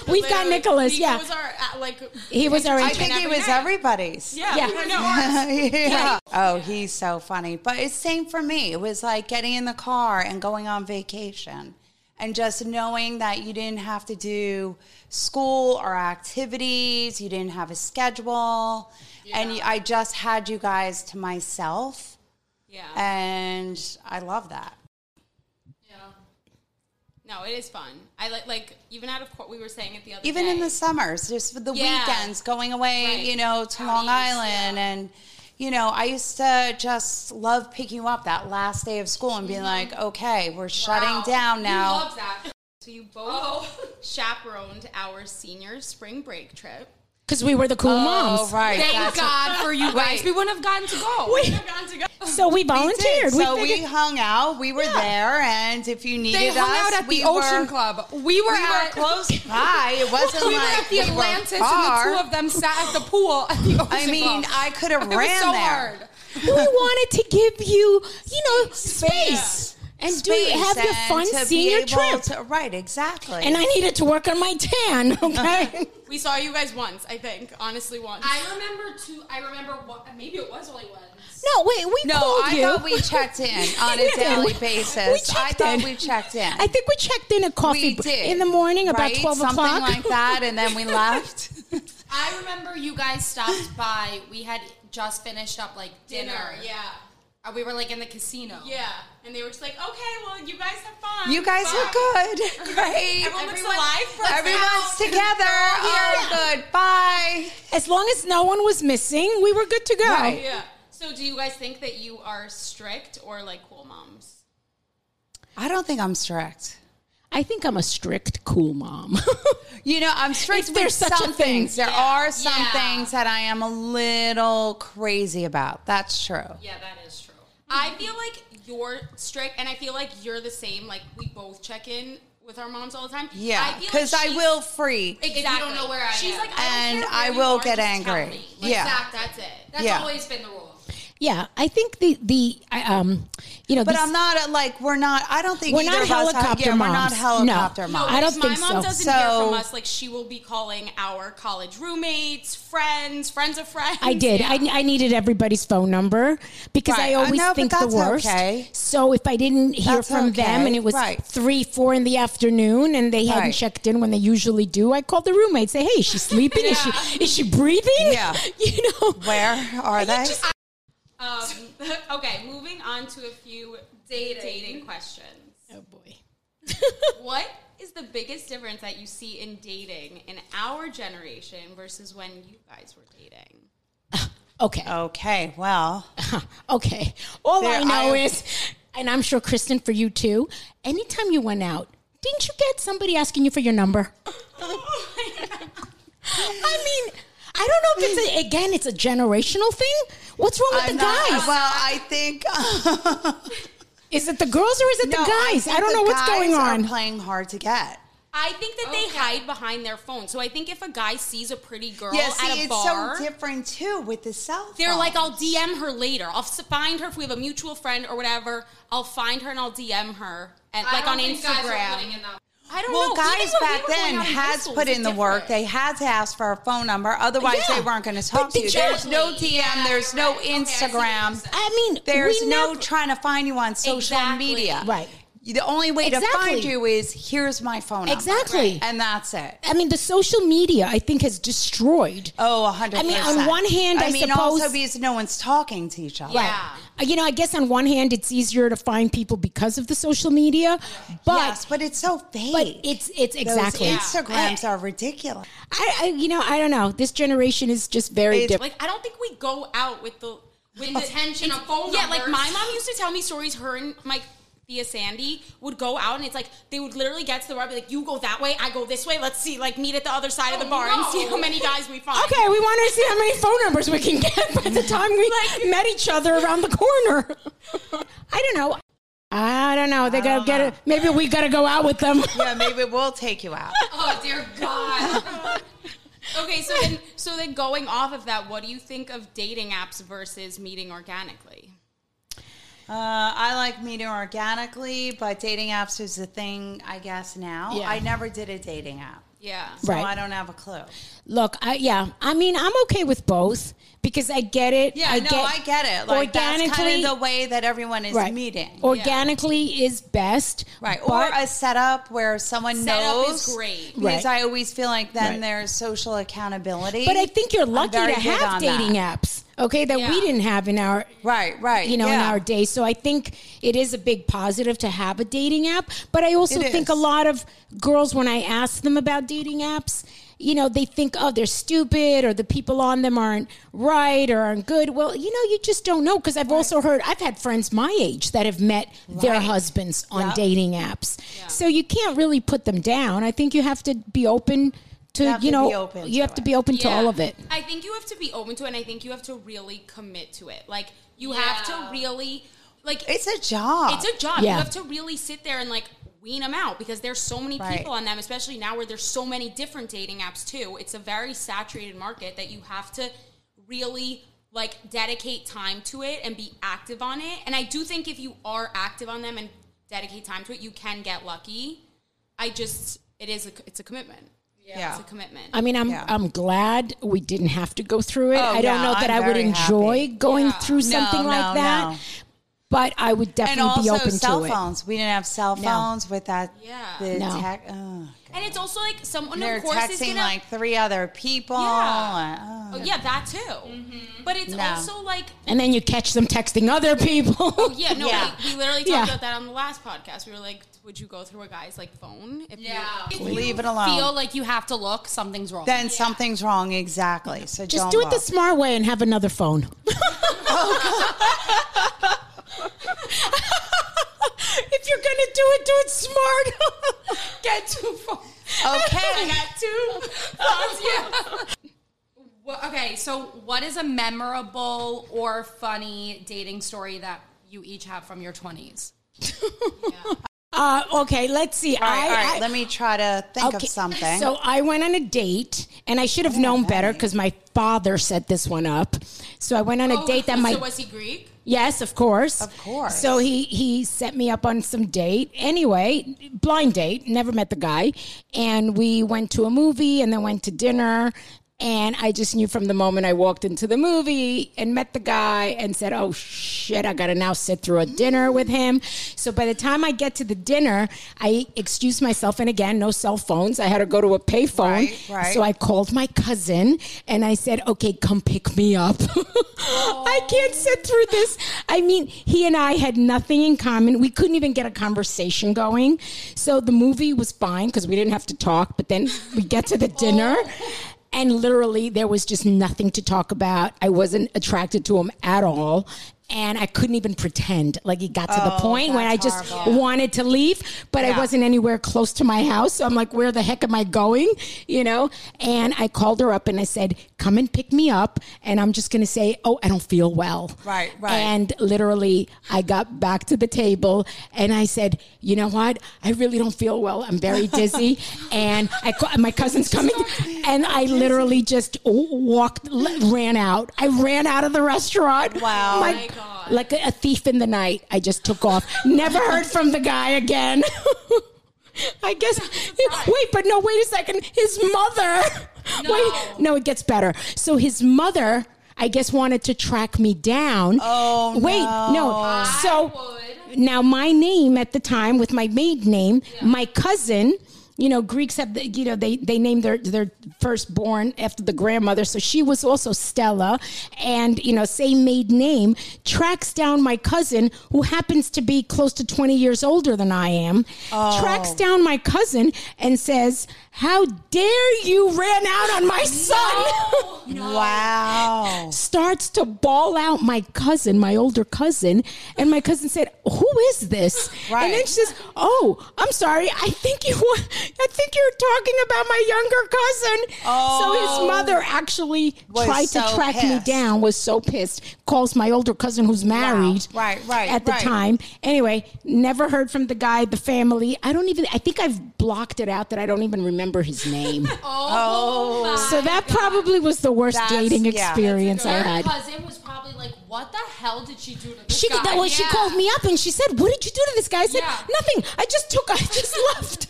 Speaker 1: We've got Nicholas.
Speaker 3: Nico
Speaker 1: yeah,
Speaker 3: was our uh, like.
Speaker 1: he was our.
Speaker 2: I
Speaker 1: intern.
Speaker 2: think it was everybody's.
Speaker 3: Yeah,
Speaker 1: Yeah.
Speaker 3: we were no, ours.
Speaker 2: yeah. Oh, he's so funny. But it's same for me. It was like getting in the car and going on vacation and just knowing that you didn't have to do school or activities, you didn't have a schedule. And you- I just had you guys to myself
Speaker 3: yeah.
Speaker 4: [LAUGHS]
Speaker 2: and I love that.
Speaker 3: No, it is fun. I like like even out of court. We were saying it the other
Speaker 2: Even
Speaker 3: day.
Speaker 2: in the summers, just for the
Speaker 3: Yeah.
Speaker 2: weekends, going away,
Speaker 3: Right.
Speaker 2: you know, to Long
Speaker 3: Outings,
Speaker 2: Island and you know, I used to just love picking you up that last day of school and being
Speaker 4: Mm-hmm.
Speaker 2: like, okay, we're shutting down now.
Speaker 4: He loves that.
Speaker 3: so you both Oh. chaperoned our senior spring break trip.
Speaker 1: because we were the cool moms.
Speaker 2: Oh, right.
Speaker 4: Thank
Speaker 2: That's-
Speaker 4: God for
Speaker 3: [LAUGHS]
Speaker 4: you guys. We wouldn't have gotten to go.
Speaker 3: We have gone to go.
Speaker 1: So
Speaker 2: [LAUGHS]
Speaker 1: we
Speaker 2: We
Speaker 1: volunteered.
Speaker 2: did. So we,
Speaker 1: figured-
Speaker 2: hung out. We were there, and if you needed
Speaker 4: they hung
Speaker 2: us,
Speaker 4: out at
Speaker 2: we
Speaker 4: the Ocean
Speaker 2: were,
Speaker 4: Club. We were
Speaker 2: We were
Speaker 4: at
Speaker 2: close by.
Speaker 4: [LAUGHS]
Speaker 2: It wasn't
Speaker 4: We were
Speaker 2: like
Speaker 4: at the
Speaker 2: we were
Speaker 4: Atlantis, and
Speaker 2: far.
Speaker 4: the two of them sat at the pool at the Ocean
Speaker 2: I mean,
Speaker 4: Club.
Speaker 2: I could
Speaker 4: It
Speaker 2: have
Speaker 4: was
Speaker 2: ran
Speaker 4: so
Speaker 2: there.
Speaker 4: hard.
Speaker 1: we wanted to give you, you know, space and
Speaker 2: Space
Speaker 1: do have your
Speaker 2: and
Speaker 1: fun
Speaker 2: to be
Speaker 1: senior
Speaker 2: able
Speaker 1: trip.
Speaker 2: to- right, exactly.
Speaker 1: and I needed to work on my tan. [LAUGHS]
Speaker 2: [LAUGHS]
Speaker 1: Okay.
Speaker 3: We saw you guys once, I think. Honestly, once.
Speaker 4: I remember two. I remember one, maybe it was only once.
Speaker 1: no, wait, we
Speaker 2: no,
Speaker 1: called
Speaker 2: I
Speaker 1: you.
Speaker 2: thought we
Speaker 1: [LAUGHS]
Speaker 2: checked in on
Speaker 1: No.
Speaker 2: a
Speaker 1: We
Speaker 2: daily basis. I
Speaker 1: checked
Speaker 2: thought
Speaker 1: in.
Speaker 2: we checked in.
Speaker 1: I think we checked in at coffee
Speaker 2: we
Speaker 1: br-
Speaker 2: did
Speaker 1: in the morning about
Speaker 2: right?
Speaker 1: twelve
Speaker 2: something
Speaker 1: o'clock.
Speaker 2: like that, and then we left.
Speaker 5: I remember you guys stopped
Speaker 1: [LAUGHS]
Speaker 5: by. We had just finished up like dinner.
Speaker 3: dinner. Oh. Yeah.
Speaker 5: Uh, We were like in the casino.
Speaker 3: Yeah. And they were just like, okay, well, you guys have fun.
Speaker 2: You guys
Speaker 3: Bye."
Speaker 2: are good, right?
Speaker 3: Everyone looks
Speaker 5: Everyone-
Speaker 3: alive. for us.
Speaker 2: Everyone's together. Oh, good. Bye.
Speaker 1: [LAUGHS] as long as no one was missing, we were good to go.
Speaker 2: Right.
Speaker 3: Yeah. So, do you guys think that you are strict or like cool moms?
Speaker 2: I don't think I'm strict.
Speaker 1: I think I'm a strict cool mom. [LAUGHS]
Speaker 2: You know, I'm strict
Speaker 1: If
Speaker 2: with
Speaker 1: there's such a
Speaker 2: some
Speaker 1: thing.
Speaker 2: things. There
Speaker 3: Yeah.
Speaker 2: are some
Speaker 3: Yeah.
Speaker 2: things that I am a little crazy about. That's true.
Speaker 3: Yeah, that is true. I feel like you're strict, and I feel like you're the same. Like we both check in with our moms all the time.
Speaker 2: Yeah,
Speaker 3: feel like
Speaker 2: because I
Speaker 3: she's-
Speaker 2: will free.
Speaker 5: If you don't know where I
Speaker 3: She's
Speaker 5: am.
Speaker 3: like, I
Speaker 2: And
Speaker 3: don't care
Speaker 2: I
Speaker 3: where
Speaker 2: will
Speaker 3: you are,
Speaker 2: get
Speaker 3: just
Speaker 2: angry.
Speaker 3: tell me.
Speaker 2: Yeah.
Speaker 5: Exactly. That's it. That's
Speaker 2: Yeah.
Speaker 5: always been the rule.
Speaker 1: Yeah, I think the the I, um, you know,
Speaker 2: But
Speaker 1: this-
Speaker 2: I'm not uh, like we're not. I don't think
Speaker 1: we're
Speaker 2: either
Speaker 1: not
Speaker 2: of us have-
Speaker 1: helicopter
Speaker 2: yeah,
Speaker 1: moms.
Speaker 2: We're not helicopter
Speaker 1: no,
Speaker 2: moms.
Speaker 1: I don't
Speaker 3: Because
Speaker 1: think
Speaker 3: Oh, my mom
Speaker 1: so.
Speaker 3: doesn't
Speaker 2: So-
Speaker 3: hear from us. Like she will be calling our college roommates, friends, friends of friends.
Speaker 1: I did.
Speaker 3: Yeah.
Speaker 1: I, I needed everybody's phone number because I
Speaker 2: Right. I
Speaker 1: always
Speaker 2: know, but
Speaker 1: think the
Speaker 2: that's
Speaker 1: worst.
Speaker 2: okay.
Speaker 1: So if I didn't hear
Speaker 2: That's
Speaker 1: from them
Speaker 2: okay.
Speaker 1: and it was
Speaker 2: Right.
Speaker 1: three, four in the afternoon and they hadn't
Speaker 2: Right.
Speaker 1: checked in when they usually do, I called the roommate. Say, hey, is she sleeping? Is she is she breathing?
Speaker 2: Yeah.
Speaker 1: [LAUGHS] you know.
Speaker 2: Where are they?
Speaker 3: Um, [LAUGHS] okay, moving on to a few dating, dating questions.
Speaker 1: Oh boy. [LAUGHS]
Speaker 3: What is the biggest difference that you see in dating in our generation versus when you guys were dating?
Speaker 1: Okay.
Speaker 2: okay, well,
Speaker 1: Okay. All
Speaker 2: There
Speaker 1: I know
Speaker 2: I-
Speaker 1: is, and I'm sure Kristen, for you too. Anytime you went out, didn't you get somebody asking you for your
Speaker 2: [LAUGHS]
Speaker 1: number? I mean, I don't know if it's a, again, it's a generational thing. What's wrong with
Speaker 2: I'm
Speaker 1: the
Speaker 2: not- uh,
Speaker 1: guys?
Speaker 2: Well, I think [LAUGHS]
Speaker 1: is it the girls or is it
Speaker 2: no,
Speaker 1: the guys?
Speaker 2: think
Speaker 1: I, don't
Speaker 2: the
Speaker 1: know what's
Speaker 2: guys
Speaker 1: going
Speaker 2: are
Speaker 1: on.
Speaker 2: playing hard to get.
Speaker 3: I think that they
Speaker 5: Okay.
Speaker 3: hide behind their phone. So I think if a guy sees a pretty girl
Speaker 2: Yeah, see,
Speaker 3: at a
Speaker 2: it's
Speaker 3: bar,
Speaker 2: so different too with the cell phone.
Speaker 3: they're like, "Oh, I'll DM her later. I'll s- find her if we have a mutual friend or whatever. I'll find her and I'll DM her. And
Speaker 5: I
Speaker 3: like
Speaker 5: don't
Speaker 3: on
Speaker 5: think guys are putting
Speaker 3: Instagram.
Speaker 5: in that-
Speaker 3: I don't
Speaker 2: well,
Speaker 3: know.
Speaker 2: guys back then had to put in the work. They had to ask for a phone number, otherwise
Speaker 1: Yeah.
Speaker 2: they weren't going to
Speaker 1: But
Speaker 2: talk to you. There's no DM.
Speaker 5: Exactly. Yeah,
Speaker 2: there's
Speaker 5: you're
Speaker 2: no
Speaker 5: right. Okay, I see what you're
Speaker 2: Instagram.
Speaker 5: saying.
Speaker 1: I mean,
Speaker 2: there's
Speaker 1: we
Speaker 2: no
Speaker 1: never-
Speaker 2: trying to find you on social
Speaker 3: Exactly.
Speaker 2: media.
Speaker 1: Right.
Speaker 2: The only way to
Speaker 1: Exactly.
Speaker 2: find you is here's my phone number.
Speaker 1: Exactly. Right.
Speaker 2: And that's it.
Speaker 1: I mean, the social media I think has destroyed.
Speaker 2: Oh, 100%.
Speaker 1: I mean, on one hand, I
Speaker 2: mean,
Speaker 1: suppose-
Speaker 2: also because no one's talking to each other.
Speaker 3: Yeah.
Speaker 1: Uh, You know, I guess on one hand, it's easier to find people because of the social media, but
Speaker 2: yes, but it's so fake.
Speaker 1: but it's it's exactly.
Speaker 2: Those Instagrams are ridiculous.
Speaker 1: I, I you know I don't know. This generation is just very
Speaker 2: It's-
Speaker 1: different.
Speaker 3: Like I don't think we go out with the with the
Speaker 5: Intention of phone
Speaker 3: Yeah, like my
Speaker 5: numbers.
Speaker 3: mom used to tell me stories. Her and my Thea Sandy would go out, and it's like they would literally get to the bar, and be like, "You go that way, I go this way. Let's see, like meet at the other side of the
Speaker 5: Oh,
Speaker 3: bar and
Speaker 5: no.
Speaker 3: see how many guys
Speaker 2: [LAUGHS]
Speaker 3: we find."
Speaker 1: Okay, we want to see how many phone numbers we can get by the time we met each other around the corner. I don't know. I don't know. They gotta get it. Maybe we gotta go out with them.
Speaker 2: yeah, maybe we'll take you out.
Speaker 5: Oh dear God.
Speaker 3: [LAUGHS] Okay, so then so then going off of that, what do you think of dating apps versus meeting organically?
Speaker 2: [LAUGHS] Uh, I like meeting organically, but dating apps is the thing, I guess, now.
Speaker 1: Yeah.
Speaker 2: I never did a dating app.
Speaker 3: Yeah.
Speaker 2: So
Speaker 1: [LAUGHS] Right.
Speaker 2: I don't have a clue.
Speaker 1: Look, I, yeah, I mean, I'm okay with both because I get it.
Speaker 2: Yeah, no, I get it. Like that's kind of the way that everyone is
Speaker 1: right.
Speaker 2: meeting.
Speaker 1: Organically is best.
Speaker 2: Right.
Speaker 1: but-
Speaker 2: or a setup where someone
Speaker 3: Setup
Speaker 2: knows.
Speaker 3: is great.
Speaker 2: Because
Speaker 1: Right.
Speaker 2: I always feel like then
Speaker 1: Right.
Speaker 2: there's social accountability.
Speaker 1: But I think you're
Speaker 2: I'm
Speaker 1: lucky
Speaker 2: very
Speaker 1: to
Speaker 2: big
Speaker 1: have
Speaker 2: on
Speaker 1: dating
Speaker 2: that.
Speaker 1: apps, okay, that we
Speaker 3: Yeah.
Speaker 1: didn't have in our
Speaker 2: Right, right.
Speaker 1: you know, in
Speaker 2: yeah.
Speaker 1: our day. So I think it is a big positive to have a dating app. But I also
Speaker 2: It
Speaker 1: think
Speaker 2: is.
Speaker 1: a lot of girls, when I ask them about dating apps, you know, they think, oh, they're stupid or the people on them aren't right or aren't good. Well, you know, you just don't know. Because I've also heard, I've had friends my age that have met their husbands on dating apps. So you can't really put them down. I think you have to be open to,
Speaker 2: You
Speaker 1: you,
Speaker 2: have to
Speaker 1: know,
Speaker 2: be open
Speaker 1: you
Speaker 2: to
Speaker 1: have to
Speaker 2: it.
Speaker 1: be open to
Speaker 3: Yeah.
Speaker 1: all of it.
Speaker 3: I think you have to be open to it and I think you have to really commit to it. Like you
Speaker 5: Yeah.
Speaker 3: have to really like
Speaker 2: It's a job.
Speaker 3: it's a job. You
Speaker 1: Yeah.
Speaker 3: have to really sit there and like wean them out because there's so many
Speaker 2: Right.
Speaker 3: people on them, especially now where there's so many different dating apps too. It's a very saturated market that you have to really like dedicate time to it and be active on it. And I do think if you are active on them and dedicate time to it, you can get lucky. I just it is a it's a commitment.
Speaker 2: Yeah.
Speaker 3: It's a commitment.
Speaker 1: I mean, I'm
Speaker 2: Yeah.
Speaker 1: I'm glad we didn't have to go through it.
Speaker 2: Oh,
Speaker 1: I don't
Speaker 2: yeah,
Speaker 1: know that
Speaker 2: I'm
Speaker 1: I would
Speaker 2: very
Speaker 1: enjoy
Speaker 2: happy.
Speaker 1: going through something
Speaker 2: No,
Speaker 1: like
Speaker 2: no,
Speaker 1: that,
Speaker 2: no.
Speaker 1: but I would
Speaker 2: and
Speaker 1: definitely be
Speaker 2: also
Speaker 1: open
Speaker 2: cell
Speaker 1: to
Speaker 2: phones. We didn't have cell
Speaker 1: No.
Speaker 2: phones with that.
Speaker 3: Yeah.
Speaker 2: The
Speaker 1: No.
Speaker 2: tech. Oh,
Speaker 3: and it's also like someone
Speaker 2: they're
Speaker 3: of course is
Speaker 2: texting
Speaker 3: gonna
Speaker 2: like three other people.
Speaker 3: Yeah.
Speaker 2: and,
Speaker 3: Oh,
Speaker 2: oh.
Speaker 3: yeah, that too.
Speaker 2: Mm-hmm.
Speaker 3: But it's
Speaker 2: No.
Speaker 3: also like
Speaker 1: it. And then you catch them texting other people.
Speaker 3: Yeah, no,
Speaker 2: Oh, Yeah.
Speaker 3: We, we literally talked
Speaker 1: Yeah.
Speaker 3: about that on the last podcast. We were like, would you go through a guy's like phone? If you-
Speaker 5: Yeah.
Speaker 3: if
Speaker 2: Leave
Speaker 3: you-
Speaker 2: it alone.
Speaker 4: Feel like you have to look. Something's
Speaker 5: [LAUGHS]
Speaker 4: wrong.
Speaker 2: then something's wrong. Exactly.
Speaker 1: [LAUGHS]
Speaker 2: So
Speaker 1: Just
Speaker 2: don't
Speaker 1: do it
Speaker 2: look.
Speaker 1: the smart way and have another
Speaker 2: [LAUGHS]
Speaker 1: phone.
Speaker 2: Oh.
Speaker 1: if you're gonna do it, do it
Speaker 2: [LAUGHS]
Speaker 1: smart.
Speaker 5: Get two
Speaker 1: [LAUGHS]
Speaker 5: phones.
Speaker 2: Okay.
Speaker 4: Well, okay, so what is a memorable or funny dating story that you each have from your 20s?
Speaker 1: Uh, okay, let's see.
Speaker 2: All right,
Speaker 1: I,
Speaker 2: all right,
Speaker 1: I-
Speaker 2: let me try to think of something.
Speaker 1: So I went on a date, and I should have known better because my father set this one up. So I went on
Speaker 4: Oh,
Speaker 1: a date
Speaker 5: Oh,
Speaker 4: [LAUGHS]
Speaker 1: that
Speaker 3: so
Speaker 1: my
Speaker 3: was he Greek?
Speaker 1: yes, of course,
Speaker 2: Of course.
Speaker 1: So he he set me up on some date. Anyway, blind date. Never met the guy, and we went to a movie, and then went to dinner. And I just knew from the moment I walked into the movie and met the guy and said, Oh shit, I gotta now sit through a dinner with him. So by the time I get to the dinner, I excuse myself. And again, no cell phones. I had to go to a payphone.
Speaker 2: Right, right.
Speaker 1: So I called my cousin and I said, okay, come pick me up. [LAUGHS] I can't sit through this. I mean, he and I had nothing in common. We couldn't even get a conversation going. So the movie was fine because we didn't have to talk. But then we get to the dinner. And literally, there was just nothing to talk about. I wasn't attracted to him at all. And I couldn't even pretend. Like, it got to the point when I
Speaker 2: Oh, that's
Speaker 1: just
Speaker 2: horrible.
Speaker 1: wanted to leave, but I
Speaker 2: Yeah.
Speaker 1: wasn't anywhere close to my house. So I'm like, where the heck am I going? You know? And I called her up and I said, come and pick me up. And I'm just going to say, oh, I don't feel well.
Speaker 2: Right, right.
Speaker 1: And literally, I got back to the table and I said, you know what? I really don't feel well. I'm very dizzy. and I ca- my cousin's coming. And I literally just walked, l- ran out. I ran out of the restaurant.
Speaker 2: Wow.
Speaker 1: My,
Speaker 3: my God.
Speaker 1: Like a, a thief in the night, I just took off. Never heard from the guy again. [LAUGHS] I guess. Wait, but no, wait a second. His mother. No. Wait, no, it gets better. So his mother, I guess, wanted to track me down.
Speaker 2: Oh,
Speaker 1: wait, no. So now my name at the time with my maid name, my cousin. You know, Greeks have the, you know they they name their their firstborn after the grandmother. So she was also Stella, and you know same maid name tracks down my cousin who happens to be close to twenty years older than I am. Tracks down my cousin and says, "How dare you ran out on my son!"
Speaker 2: Wow.
Speaker 1: starts to bawl out my cousin, my older cousin, and my cousin said, "Who is this?" And then
Speaker 2: Right.
Speaker 1: she says, "Oh, I'm sorry. I think you wa- I think you're talking about my younger cousin." So his mother actually
Speaker 2: Oh. Was
Speaker 1: tried to
Speaker 2: so
Speaker 1: track me
Speaker 2: pissed.
Speaker 1: down. Was so pissed. Calls my older cousin who's married.
Speaker 2: Right, right,
Speaker 1: At the
Speaker 2: right.
Speaker 1: time. Anyway, never heard from the guy, the family. I don't even I think I've blocked it out that I don't even remember his
Speaker 2: [LAUGHS]
Speaker 1: name.
Speaker 5: Oh, my
Speaker 1: so that probably was the worst
Speaker 2: That's-
Speaker 1: dating
Speaker 2: yeah, that's a
Speaker 1: experience I
Speaker 5: Your
Speaker 1: had.
Speaker 5: cousin was probably like, "What the hell did she do to this
Speaker 1: She
Speaker 5: guy?"
Speaker 1: did that. Well, she
Speaker 5: Yeah.
Speaker 1: called me up and she said, "What did you do to this guy?" I said,
Speaker 5: Yeah.
Speaker 1: "Nothing. I just took. I just [LAUGHS] left.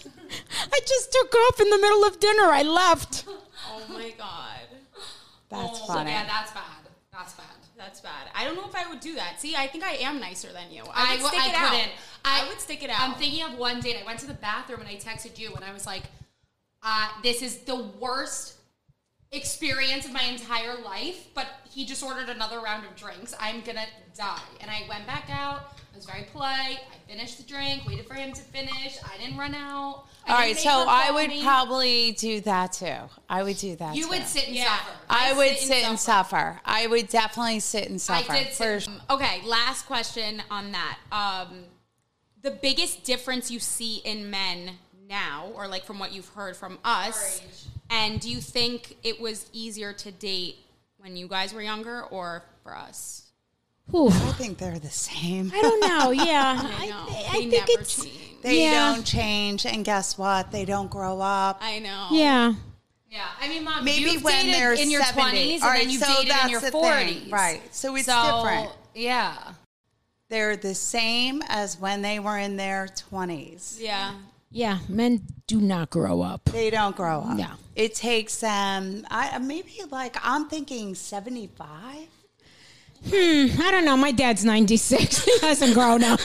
Speaker 1: I just took off in the middle of dinner. I left."
Speaker 3: [LAUGHS] Oh my god.
Speaker 2: That's
Speaker 3: Oh,
Speaker 2: funny.
Speaker 3: Yeah, that's bad. That's bad. That's bad. I don't know if I would do that. See, I think I am nicer than you. I
Speaker 5: I
Speaker 3: would
Speaker 5: w-
Speaker 3: stick
Speaker 5: I
Speaker 3: it out.
Speaker 5: couldn't.
Speaker 3: I,
Speaker 5: I-
Speaker 3: would stick it out.
Speaker 5: I'm thinking of one date. I went to the bathroom and I texted you and I was like, uh, this is the worst experience of my entire life, but he just ordered another round of drinks. I'm gonna die. And I went back out. I was very polite. I finished the drink, waited for him to finish. I didn't run out. I
Speaker 2: All
Speaker 5: didn't
Speaker 2: right,
Speaker 5: make
Speaker 2: so
Speaker 5: her
Speaker 2: I
Speaker 5: call
Speaker 2: would
Speaker 5: me.
Speaker 2: probably do that too. I would do that.
Speaker 5: You
Speaker 2: too.
Speaker 5: would sit and
Speaker 3: Yeah.
Speaker 5: suffer.
Speaker 2: I would sit and suffer. I would definitely sit and
Speaker 5: I
Speaker 2: suffer.
Speaker 5: did
Speaker 2: for
Speaker 5: sit.
Speaker 2: sure.
Speaker 3: okay, last question on that. Um, the biggest difference you see in men now, or like from what you've heard from us,
Speaker 5: Our age.
Speaker 3: and do you think it was easier to date when you guys were younger or for us?
Speaker 1: Whew.
Speaker 2: I think they're the same.
Speaker 1: I don't know. Yeah,
Speaker 3: I know.
Speaker 1: I,
Speaker 3: They
Speaker 1: I think
Speaker 3: never
Speaker 1: it's
Speaker 3: change.
Speaker 2: They
Speaker 1: Yeah.
Speaker 2: don't change, and guess what? They don't grow up.
Speaker 3: I know.
Speaker 1: yeah.
Speaker 5: Yeah, I mean, mom,
Speaker 2: Maybe
Speaker 5: you've
Speaker 2: when
Speaker 5: dated
Speaker 2: they're
Speaker 5: in your
Speaker 2: 70.
Speaker 5: twenties,
Speaker 2: All
Speaker 5: and
Speaker 2: right,
Speaker 5: then you've
Speaker 2: so
Speaker 5: dated in
Speaker 2: that's
Speaker 5: your
Speaker 2: the thing,
Speaker 5: forties,
Speaker 2: right. So it's different.
Speaker 5: Yeah,
Speaker 2: They're the same as when they were in their twenties.
Speaker 3: Yeah.
Speaker 1: Yeah, men do not grow up.
Speaker 2: They don't grow up.
Speaker 1: No.
Speaker 2: It takes them. I maybe like I'm thinking seventy five.
Speaker 1: I don't know. My dad's 96. [LAUGHS] He hasn't grown up.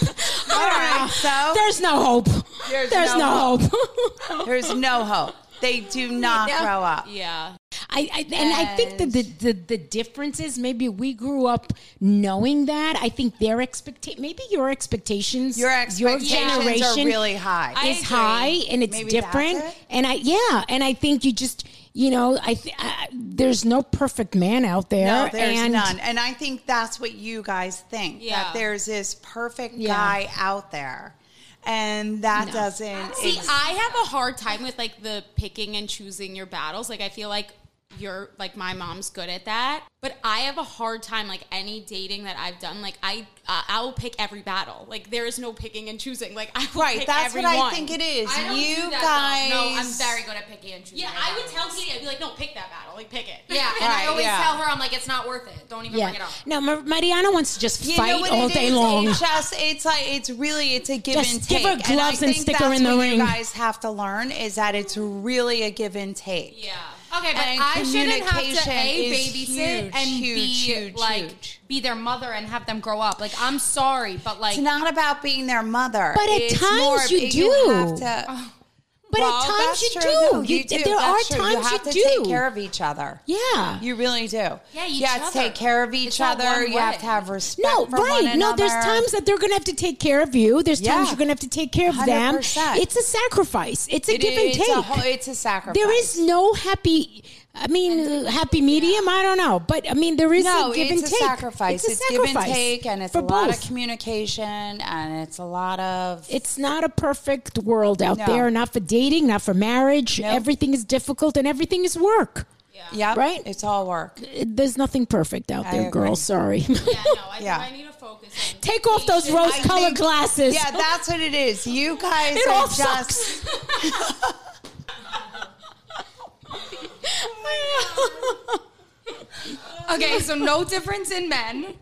Speaker 2: All right, so
Speaker 1: There's no hope.
Speaker 2: Oh. There's
Speaker 1: There's,
Speaker 2: no
Speaker 1: no, hope. [LAUGHS]
Speaker 2: There's no hope. They do not
Speaker 1: Yeah.
Speaker 2: grow up.
Speaker 3: Yeah.
Speaker 1: I, I and I think that the, the the difference is maybe we grew up knowing that. I think their expectation, maybe your expectations,
Speaker 2: Your expectations are
Speaker 1: generation
Speaker 2: really high.
Speaker 1: is high, and it's
Speaker 2: Maybe
Speaker 1: different.
Speaker 2: that's it.
Speaker 1: And I yeah, and I think you just you know I, th- I there's no perfect man out there.
Speaker 2: no, there's
Speaker 1: and
Speaker 2: none. And I think that's what you guys think that
Speaker 3: Yeah.
Speaker 2: there's this perfect
Speaker 1: Yeah.
Speaker 2: guy out there. And that doesn't
Speaker 3: See,
Speaker 2: ex-
Speaker 3: I have a hard time with like the picking and choosing your battles. Like I feel like you're like my mom's good at that but i have a hard time like any dating that i've done like i uh, i'll pick every battle like there is no picking and choosing like i will
Speaker 2: Right,
Speaker 3: pick
Speaker 2: that's
Speaker 3: every
Speaker 2: what I
Speaker 3: one.
Speaker 2: think it is.
Speaker 5: I don't
Speaker 2: you
Speaker 5: do that,
Speaker 2: guys,
Speaker 5: though. No, I'm very good at picking and choosing.
Speaker 3: yeah
Speaker 5: my
Speaker 3: i would
Speaker 5: battles.
Speaker 3: tell katie i'd be like no pick that battle like pick it [LAUGHS]
Speaker 5: Yeah, and I
Speaker 2: Right,
Speaker 5: always
Speaker 2: yeah.
Speaker 5: tell her, I'm like, it's not worth it. Don't even
Speaker 1: Yeah.
Speaker 5: bring it up.
Speaker 1: No, Mar- Mariana wants to just
Speaker 2: You know
Speaker 1: fight
Speaker 2: what
Speaker 1: all
Speaker 2: it
Speaker 1: day
Speaker 2: is?
Speaker 1: long.
Speaker 2: It's just it's like it's really it's a give
Speaker 1: Just
Speaker 2: and take.
Speaker 1: give her
Speaker 2: and I
Speaker 1: gloves and
Speaker 2: think
Speaker 1: stick her
Speaker 2: that's
Speaker 1: in the
Speaker 2: what
Speaker 1: ring.
Speaker 2: You guys have to learn is that it's really a give and take.
Speaker 3: yeah
Speaker 5: Okay, but
Speaker 2: And
Speaker 5: I shouldn't have to
Speaker 2: communication
Speaker 5: a
Speaker 2: is
Speaker 5: babysit
Speaker 2: huge,
Speaker 5: and
Speaker 2: huge,
Speaker 5: be
Speaker 2: huge,
Speaker 5: like
Speaker 2: huge.
Speaker 5: be their mother and have them grow up. Like I'm sorry, but like
Speaker 2: It's not about being their mother,
Speaker 1: But at
Speaker 2: It's
Speaker 1: times
Speaker 2: more-
Speaker 1: you do.
Speaker 2: have to, Oh,
Speaker 1: but
Speaker 2: well,
Speaker 1: at times
Speaker 2: that's
Speaker 1: you
Speaker 2: true,
Speaker 1: do.
Speaker 2: though.
Speaker 1: You,
Speaker 2: do.
Speaker 1: There
Speaker 2: That's
Speaker 1: are
Speaker 2: true.
Speaker 1: times
Speaker 2: you have to
Speaker 1: do.
Speaker 2: take care of each other.
Speaker 1: yeah.
Speaker 2: You really do.
Speaker 5: Yeah, each
Speaker 2: you have to
Speaker 5: other.
Speaker 2: take care of each
Speaker 5: It's not
Speaker 2: other.
Speaker 5: one
Speaker 2: You have
Speaker 5: way.
Speaker 2: to have respect.
Speaker 1: no,
Speaker 2: for one
Speaker 1: right. No, there's
Speaker 2: another.
Speaker 1: times that they're going to have to take care of you. There's times
Speaker 2: Yeah.
Speaker 1: you're going to have to take care of them.
Speaker 2: 100%.
Speaker 1: It's a sacrifice. It's a
Speaker 2: It-
Speaker 1: give and
Speaker 2: it's
Speaker 1: take.
Speaker 2: A whole, it's a sacrifice.
Speaker 1: there is no happy. I mean, uh, happy medium. I don't know, but I mean, there is
Speaker 2: no,
Speaker 1: a give
Speaker 2: it's
Speaker 1: and
Speaker 2: a
Speaker 1: take.
Speaker 2: sacrifice. It's, give and take, and it's
Speaker 1: for
Speaker 2: a lot
Speaker 1: both.
Speaker 2: of communication, and it's a lot of
Speaker 1: it's not a perfect world out
Speaker 2: No.
Speaker 1: there. Not for dating. Not for marriage.
Speaker 2: Nope.
Speaker 1: Everything is difficult, and everything is work.
Speaker 2: yeah,
Speaker 1: right?
Speaker 2: It's all work.
Speaker 1: There's nothing perfect out there,
Speaker 2: agree.
Speaker 1: girl. Sorry.
Speaker 3: yeah no i
Speaker 2: Yeah.
Speaker 3: think i need to focus
Speaker 1: [LAUGHS]
Speaker 3: on
Speaker 1: Take off those rose
Speaker 2: I
Speaker 1: colored
Speaker 2: think-
Speaker 1: glasses.
Speaker 2: Yeah, that's what it is. You guys
Speaker 1: It
Speaker 2: are
Speaker 1: all
Speaker 2: just
Speaker 1: sucks.
Speaker 4: Okay, so no difference in men.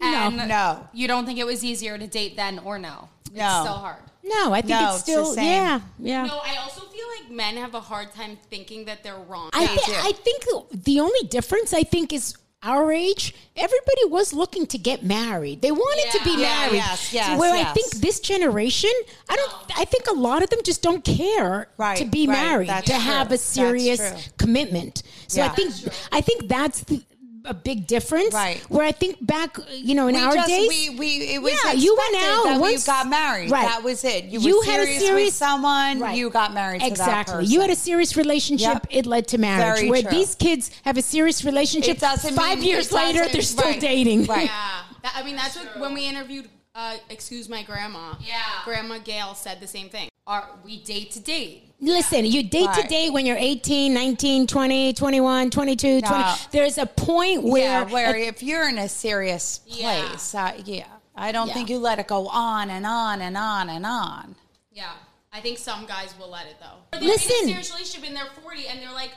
Speaker 4: And
Speaker 2: [LAUGHS] no,
Speaker 4: You don't think it was easier to date then or no?
Speaker 2: No.
Speaker 4: It's still hard.
Speaker 1: No, I think
Speaker 2: No,
Speaker 1: it's
Speaker 2: it's the
Speaker 1: still
Speaker 2: same.
Speaker 1: yeah, yeah.
Speaker 3: no i also feel like men have a hard time thinking that they're wrong
Speaker 1: I thi-
Speaker 2: do.
Speaker 1: I think the only difference I think is our age. Everybody was looking to get married. They wanted to be
Speaker 3: Yeah.
Speaker 2: Yeah,
Speaker 1: married.
Speaker 2: yes, yes,
Speaker 1: Where I
Speaker 2: yes.
Speaker 1: think this generation, I don't. I think a lot of them just don't care
Speaker 2: Right,
Speaker 1: to be
Speaker 2: right,
Speaker 1: married
Speaker 2: that's
Speaker 1: to
Speaker 2: true,
Speaker 1: have a
Speaker 2: that's
Speaker 1: serious
Speaker 2: true.
Speaker 1: commitment. So I
Speaker 2: Yeah.
Speaker 1: think I think that's the, a big difference.
Speaker 2: Right.
Speaker 1: Where I think back, you know, in
Speaker 2: we
Speaker 1: our
Speaker 2: just
Speaker 1: days,
Speaker 2: we we it was
Speaker 1: Yeah, you went
Speaker 2: expected
Speaker 1: out
Speaker 2: that
Speaker 1: once-
Speaker 2: you got married.
Speaker 1: Right.
Speaker 2: That was it. You,
Speaker 1: You
Speaker 2: were
Speaker 1: had a
Speaker 2: serious,
Speaker 1: serious-
Speaker 2: with someone.
Speaker 1: Right.
Speaker 2: You got married to that
Speaker 1: Exactly.
Speaker 2: person.
Speaker 1: You had a serious relationship.
Speaker 2: Yep.
Speaker 1: It led to marriage.
Speaker 2: Very
Speaker 1: Where
Speaker 2: true.
Speaker 1: these kids have a serious relationship.
Speaker 2: It doesn't
Speaker 1: Five
Speaker 2: mean-
Speaker 1: years
Speaker 2: it
Speaker 1: later,
Speaker 2: doesn't-
Speaker 1: they're still
Speaker 2: right.
Speaker 1: dating.
Speaker 2: Right.
Speaker 3: Yeah, that, I mean that's what when we interviewed. Uh, excuse my grandma.
Speaker 5: Yeah.
Speaker 3: Grandma Gail said the same thing.
Speaker 5: are we date to date?
Speaker 1: [LAUGHS] Listen, you date to
Speaker 2: Right.
Speaker 1: date when you're 18, 19, 20, 21, 22, 20.
Speaker 2: No.
Speaker 1: There's a point where,
Speaker 2: yeah, where if you're in a serious place, yeah, uh, yeah I don't
Speaker 1: Yeah.
Speaker 2: think you let it go on and on and on and on.
Speaker 3: Yeah, I think some guys will let it though.
Speaker 1: Listen.
Speaker 3: they're in a serious relationship and they're forty and they're like,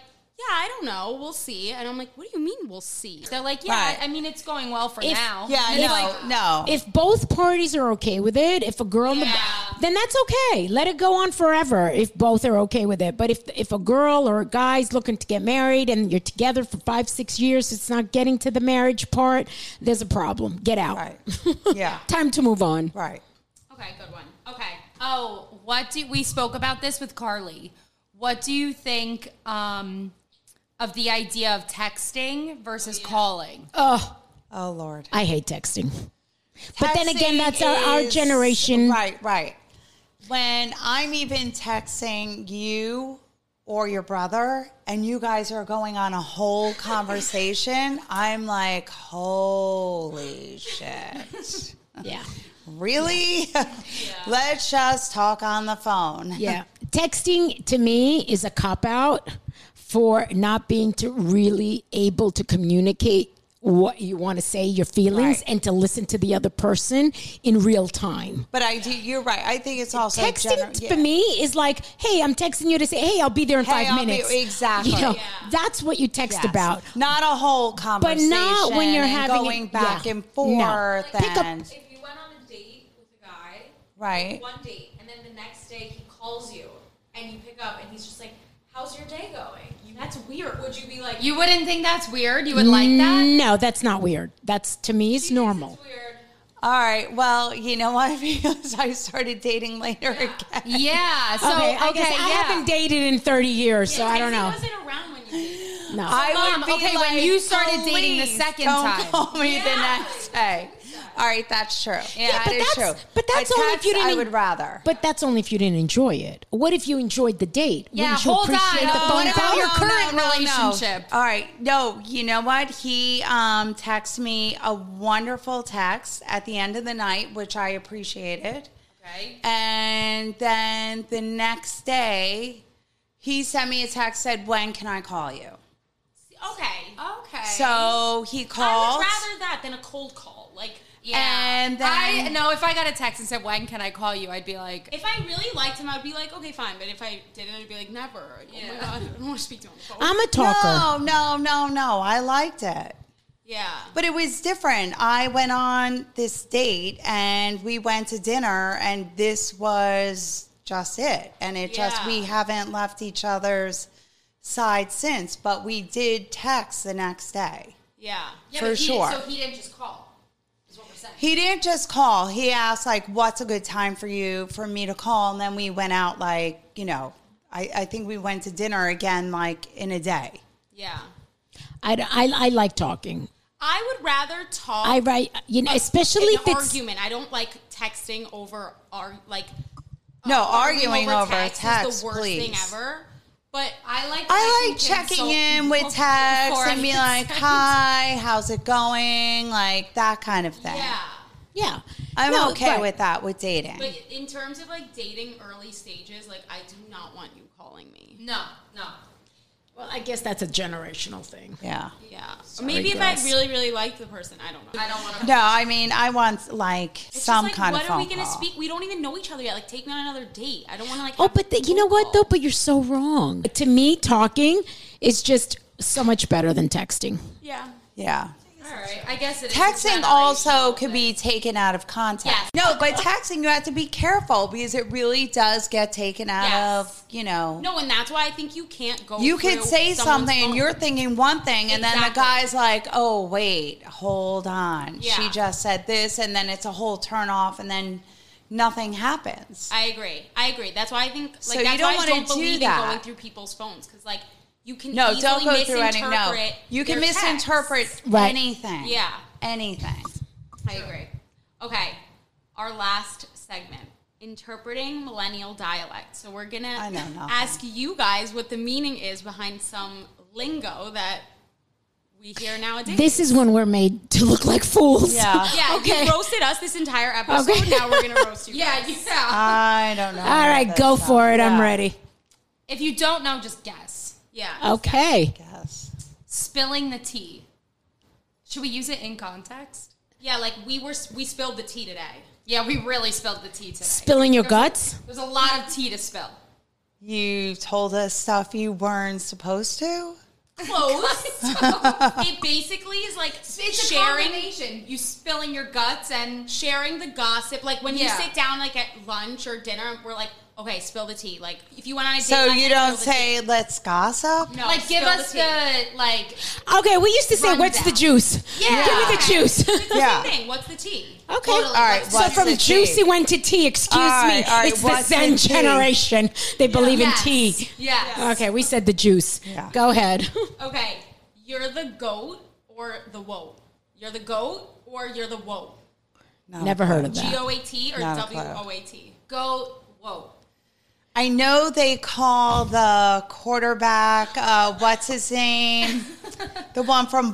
Speaker 3: yeah, I don't know, we'll see. And I'm like, what do you mean we'll see?
Speaker 5: They're like, yeah,
Speaker 2: Right.
Speaker 5: I, I mean, it's going well for
Speaker 1: If-
Speaker 5: now.
Speaker 2: Yeah,
Speaker 5: And
Speaker 2: no,
Speaker 5: it's like,
Speaker 2: no.
Speaker 1: if both parties are okay with it, if a girl, and the-
Speaker 5: Yeah.
Speaker 1: then that's okay. Let it go on forever if both are okay with it. But if if a girl or a guy's looking to get married and you're together for five six years, it's not getting to the marriage part. There's a problem. Get out. [LAUGHS]
Speaker 2: Right. Yeah.
Speaker 1: Time to move on.
Speaker 2: right.
Speaker 5: okay, good one. Okay,
Speaker 4: Oh, what do we spoke about this with Carly? What do you think um, of the idea of texting versus calling?
Speaker 2: Oh Lord.
Speaker 1: I hate texting. But then again,
Speaker 2: Texting
Speaker 1: that's our, our
Speaker 2: is-
Speaker 1: generation.
Speaker 2: Right, right. When I'm even texting you or your brother and you guys are going on a whole conversation, I'm like,
Speaker 1: [LAUGHS]
Speaker 2: holy shit.
Speaker 1: Yeah.
Speaker 2: Really? [LAUGHS] Let's just talk on the phone.
Speaker 1: Yeah. Texting to me is a cop out for not being to really able to communicate what you want to say, your feelings,
Speaker 2: Right.
Speaker 1: and to listen to the other person in real time.
Speaker 2: [LAUGHS] But I do you're right. I think it's also
Speaker 1: texting
Speaker 2: gener-
Speaker 1: for
Speaker 2: yeah.
Speaker 1: me is like, hey, I'm texting you to say, hey, I'll be there in
Speaker 2: Hey,
Speaker 1: five
Speaker 2: I'll be-
Speaker 1: minutes. [LAUGHS]
Speaker 2: exactly.
Speaker 1: You know,
Speaker 2: Yeah.
Speaker 1: That's what you text
Speaker 2: Yes.
Speaker 1: about.
Speaker 2: Not a whole conversation.
Speaker 1: when you're
Speaker 2: and
Speaker 1: having it-
Speaker 2: going back
Speaker 1: yeah.
Speaker 2: and
Speaker 1: No.
Speaker 2: forth
Speaker 1: Pick up-
Speaker 2: and
Speaker 5: if you went on a date with a guy,
Speaker 2: right.
Speaker 5: one date, and then the next day he calls you, and you pick up, and he's just like, "How's your day going?" That's weird. Would you be like,
Speaker 4: You wouldn't think that's weird. You would like that.
Speaker 1: No, that's not weird. That's to me is normal.
Speaker 5: weird?
Speaker 2: All right. Well, you know what? [LAUGHS] Because I started dating later again.
Speaker 4: Yeah. So
Speaker 1: okay,
Speaker 4: okay,
Speaker 1: I guess I
Speaker 4: yeah.
Speaker 1: haven't dated in 30 years, so I don't
Speaker 2: Oh.
Speaker 1: know.
Speaker 3: He wasn't around when you dated.
Speaker 1: No.
Speaker 2: I
Speaker 4: Mom, okay, when you started dating the
Speaker 2: "Please
Speaker 4: second
Speaker 2: don't
Speaker 4: time."
Speaker 2: call me the next day. All right, that's true. Yeah,
Speaker 1: but
Speaker 2: that
Speaker 1: that's-
Speaker 2: is true.
Speaker 1: but that's
Speaker 2: A
Speaker 1: only if
Speaker 2: text,
Speaker 1: you didn't-
Speaker 2: I would rather.
Speaker 1: But that's only if you didn't enjoy it. What if you enjoyed the date?
Speaker 4: Yeah,
Speaker 1: Wouldn't you
Speaker 4: hold on.
Speaker 1: appreciate the
Speaker 4: No,
Speaker 1: phone
Speaker 4: no,
Speaker 1: call?
Speaker 4: no. your current relationship.
Speaker 2: All right. No, you know what? He um, texted me a wonderful text at the end of the night, which I appreciated.
Speaker 5: Okay.
Speaker 2: And then the next day, he sent me a text said, "When can I call you?"
Speaker 3: Okay.
Speaker 5: Okay.
Speaker 2: So he
Speaker 3: I
Speaker 2: called.
Speaker 3: would rather that than a cold call. Like,
Speaker 2: and then
Speaker 4: I no. If I got a text and said, "When can I call you?" I'd be like,
Speaker 3: if I really liked him, I'd be like, okay, fine. But if I didn't, I'd be like, never. Like, Oh my god, I don't want to
Speaker 5: [LAUGHS]
Speaker 3: speak to him on the
Speaker 5: Um,
Speaker 3: phone.
Speaker 1: I'm a talker.
Speaker 2: no, no, no, no. I liked it.
Speaker 3: yeah.
Speaker 2: But it was different. I went on this date and we went to dinner and this was just it. And it just
Speaker 3: Yeah.
Speaker 2: we haven't left each other's side since, but we did text the next day.
Speaker 3: Yeah.
Speaker 5: yeah,
Speaker 2: for
Speaker 5: but he
Speaker 2: sure.
Speaker 5: Didn't, so he didn't just call. Is what we're saying.
Speaker 2: He didn't just call. He asked like what's a good time for you for me to call and then we went out like, you know, I, I think we went to dinner again like in a day.
Speaker 3: Yeah.
Speaker 1: I, I, I like talking.
Speaker 3: I would rather talk.
Speaker 1: I write, you know, especially
Speaker 3: in
Speaker 1: if
Speaker 3: an
Speaker 1: it's
Speaker 3: argument. I don't like texting over our like Oh,
Speaker 2: No, arguing over, text,
Speaker 3: is the worst
Speaker 2: please.
Speaker 3: thing ever. But
Speaker 5: I like. that
Speaker 2: I
Speaker 5: can
Speaker 2: like checking
Speaker 5: consult
Speaker 2: in
Speaker 5: people
Speaker 2: with
Speaker 5: before
Speaker 2: texts
Speaker 5: I
Speaker 2: and be
Speaker 5: can
Speaker 3: [LAUGHS]
Speaker 2: like,
Speaker 5: send-
Speaker 2: "Hi, how's it going?" Like that kind of thing.
Speaker 3: yeah,
Speaker 1: Yeah.
Speaker 2: I'm
Speaker 1: No,
Speaker 2: okay
Speaker 1: but-
Speaker 2: with that with dating.
Speaker 3: but in terms of like dating early stages, like I do not want you calling me.
Speaker 5: No, no.
Speaker 1: Well, I guess that's a generational thing.
Speaker 2: yeah.
Speaker 3: Yeah, or maybe
Speaker 1: girls.
Speaker 3: if I really really liked the person, I don't know.
Speaker 5: I don't want to.
Speaker 2: No, I mean, I want like
Speaker 3: It's
Speaker 2: some
Speaker 3: just like,
Speaker 2: kind
Speaker 3: what
Speaker 2: of
Speaker 3: are
Speaker 2: phone
Speaker 3: we gonna
Speaker 2: call.
Speaker 3: speak? We don't even know each other yet. Like, take me on another date. I don't want to like.
Speaker 1: Oh,
Speaker 3: have a
Speaker 1: but the, you know
Speaker 3: phone
Speaker 1: what,
Speaker 3: call.
Speaker 1: though? But you're so wrong. To me, talking is just so much better than texting.
Speaker 3: Yeah,
Speaker 2: Yeah.
Speaker 5: All right. I guess it is a
Speaker 2: Texting
Speaker 5: generational
Speaker 2: also
Speaker 5: thing.
Speaker 2: could be taken out of context.
Speaker 5: Yes.
Speaker 2: No, but texting you have to be careful because it really does get taken out
Speaker 3: Yes.
Speaker 2: of, you know.
Speaker 3: no, and that's why I think you can't go.
Speaker 2: You could
Speaker 3: through
Speaker 2: say
Speaker 3: someone's
Speaker 2: something and
Speaker 3: phone.
Speaker 2: you're thinking one thing, and then the
Speaker 3: Exactly.
Speaker 2: guy's like, oh, wait, hold on.
Speaker 3: Yeah.
Speaker 2: She just said this, and then it's a whole turn off, and then nothing happens.
Speaker 3: I agree. I agree. That's why I think like
Speaker 2: So you
Speaker 3: that's
Speaker 2: don't
Speaker 3: why I
Speaker 2: wanna
Speaker 3: don't
Speaker 2: do
Speaker 3: believe
Speaker 2: that.
Speaker 3: in going through people's phones because like you can
Speaker 2: no,
Speaker 3: easily
Speaker 2: don't go through any. No,
Speaker 3: misinterpret
Speaker 2: you can
Speaker 3: their text.
Speaker 2: misinterpret
Speaker 1: Right.
Speaker 2: anything.
Speaker 3: Yeah.
Speaker 2: Anything.
Speaker 3: I agree. Okay, our last segment: interpreting millennial dialect. So we're gonna
Speaker 2: I know nothing.
Speaker 3: ask you guys what the meaning is behind some lingo that we hear nowadays.
Speaker 1: This is when we're made to look like fools.
Speaker 2: Yeah.
Speaker 3: yeah.
Speaker 1: Okay.
Speaker 3: You roasted us this entire episode.
Speaker 1: Okay.
Speaker 3: Now we're [LAUGHS] gonna roast you.
Speaker 5: Yeah,
Speaker 3: guys.
Speaker 5: yeah.
Speaker 2: I don't
Speaker 1: [LAUGHS]
Speaker 2: know.
Speaker 1: All right, go for it. I'm ready.
Speaker 5: If you don't know, just guess.
Speaker 3: yeah.
Speaker 1: Okay.
Speaker 2: Yes.
Speaker 5: Spilling the tea. Should we use it in context?
Speaker 3: Yeah. Like we were, we spilled the tea today.
Speaker 5: Yeah, we really spilled the tea today.
Speaker 1: Spilling your guts?
Speaker 5: There's a lot of tea to spill.
Speaker 2: You told us stuff you weren't supposed to.
Speaker 3: close. [LAUGHS] it basically is like
Speaker 5: It's a
Speaker 3: sharing
Speaker 5: combination. You spilling your guts and
Speaker 3: sharing the gossip. Like when
Speaker 5: Yeah.
Speaker 3: you sit down like at lunch or dinner, we're like, okay, spill the tea. Like if you went on a date,
Speaker 2: So
Speaker 3: night,
Speaker 2: you
Speaker 3: spill
Speaker 2: don't
Speaker 3: the
Speaker 2: say
Speaker 3: tea.
Speaker 2: let's gossip.
Speaker 3: no,
Speaker 5: like give
Speaker 3: spill
Speaker 5: us the,
Speaker 3: tea.
Speaker 5: like
Speaker 1: Okay, we used to say,
Speaker 5: Rundown.
Speaker 1: what's the juice?
Speaker 3: Yeah.
Speaker 1: Give me the
Speaker 2: [LAUGHS]
Speaker 1: juice.
Speaker 3: It's the
Speaker 2: Yeah.
Speaker 3: same thing. What's the tea?
Speaker 1: okay.
Speaker 5: Totally. All
Speaker 2: right,
Speaker 1: So
Speaker 2: what's
Speaker 1: from
Speaker 2: the tea?
Speaker 1: juicy went to tea. Excuse
Speaker 2: All
Speaker 1: me.
Speaker 2: right, all right,
Speaker 1: it's the
Speaker 2: what's
Speaker 1: Zen
Speaker 2: the tea?
Speaker 1: generation. They believe
Speaker 5: yes.
Speaker 1: in tea.
Speaker 5: Yes.
Speaker 1: Okay, we said the juice.
Speaker 2: Yeah. Oh,
Speaker 1: Go ahead.
Speaker 3: Okay, you're the goat or the woe. You're the goat or you're the woe.
Speaker 2: No.
Speaker 1: Never heard of
Speaker 3: G
Speaker 1: that.
Speaker 3: O A T or
Speaker 2: Not a
Speaker 3: W
Speaker 2: clue.
Speaker 3: O A T.
Speaker 5: Go whoa.
Speaker 2: I know they call the quarterback. Uh, what's his name? the one from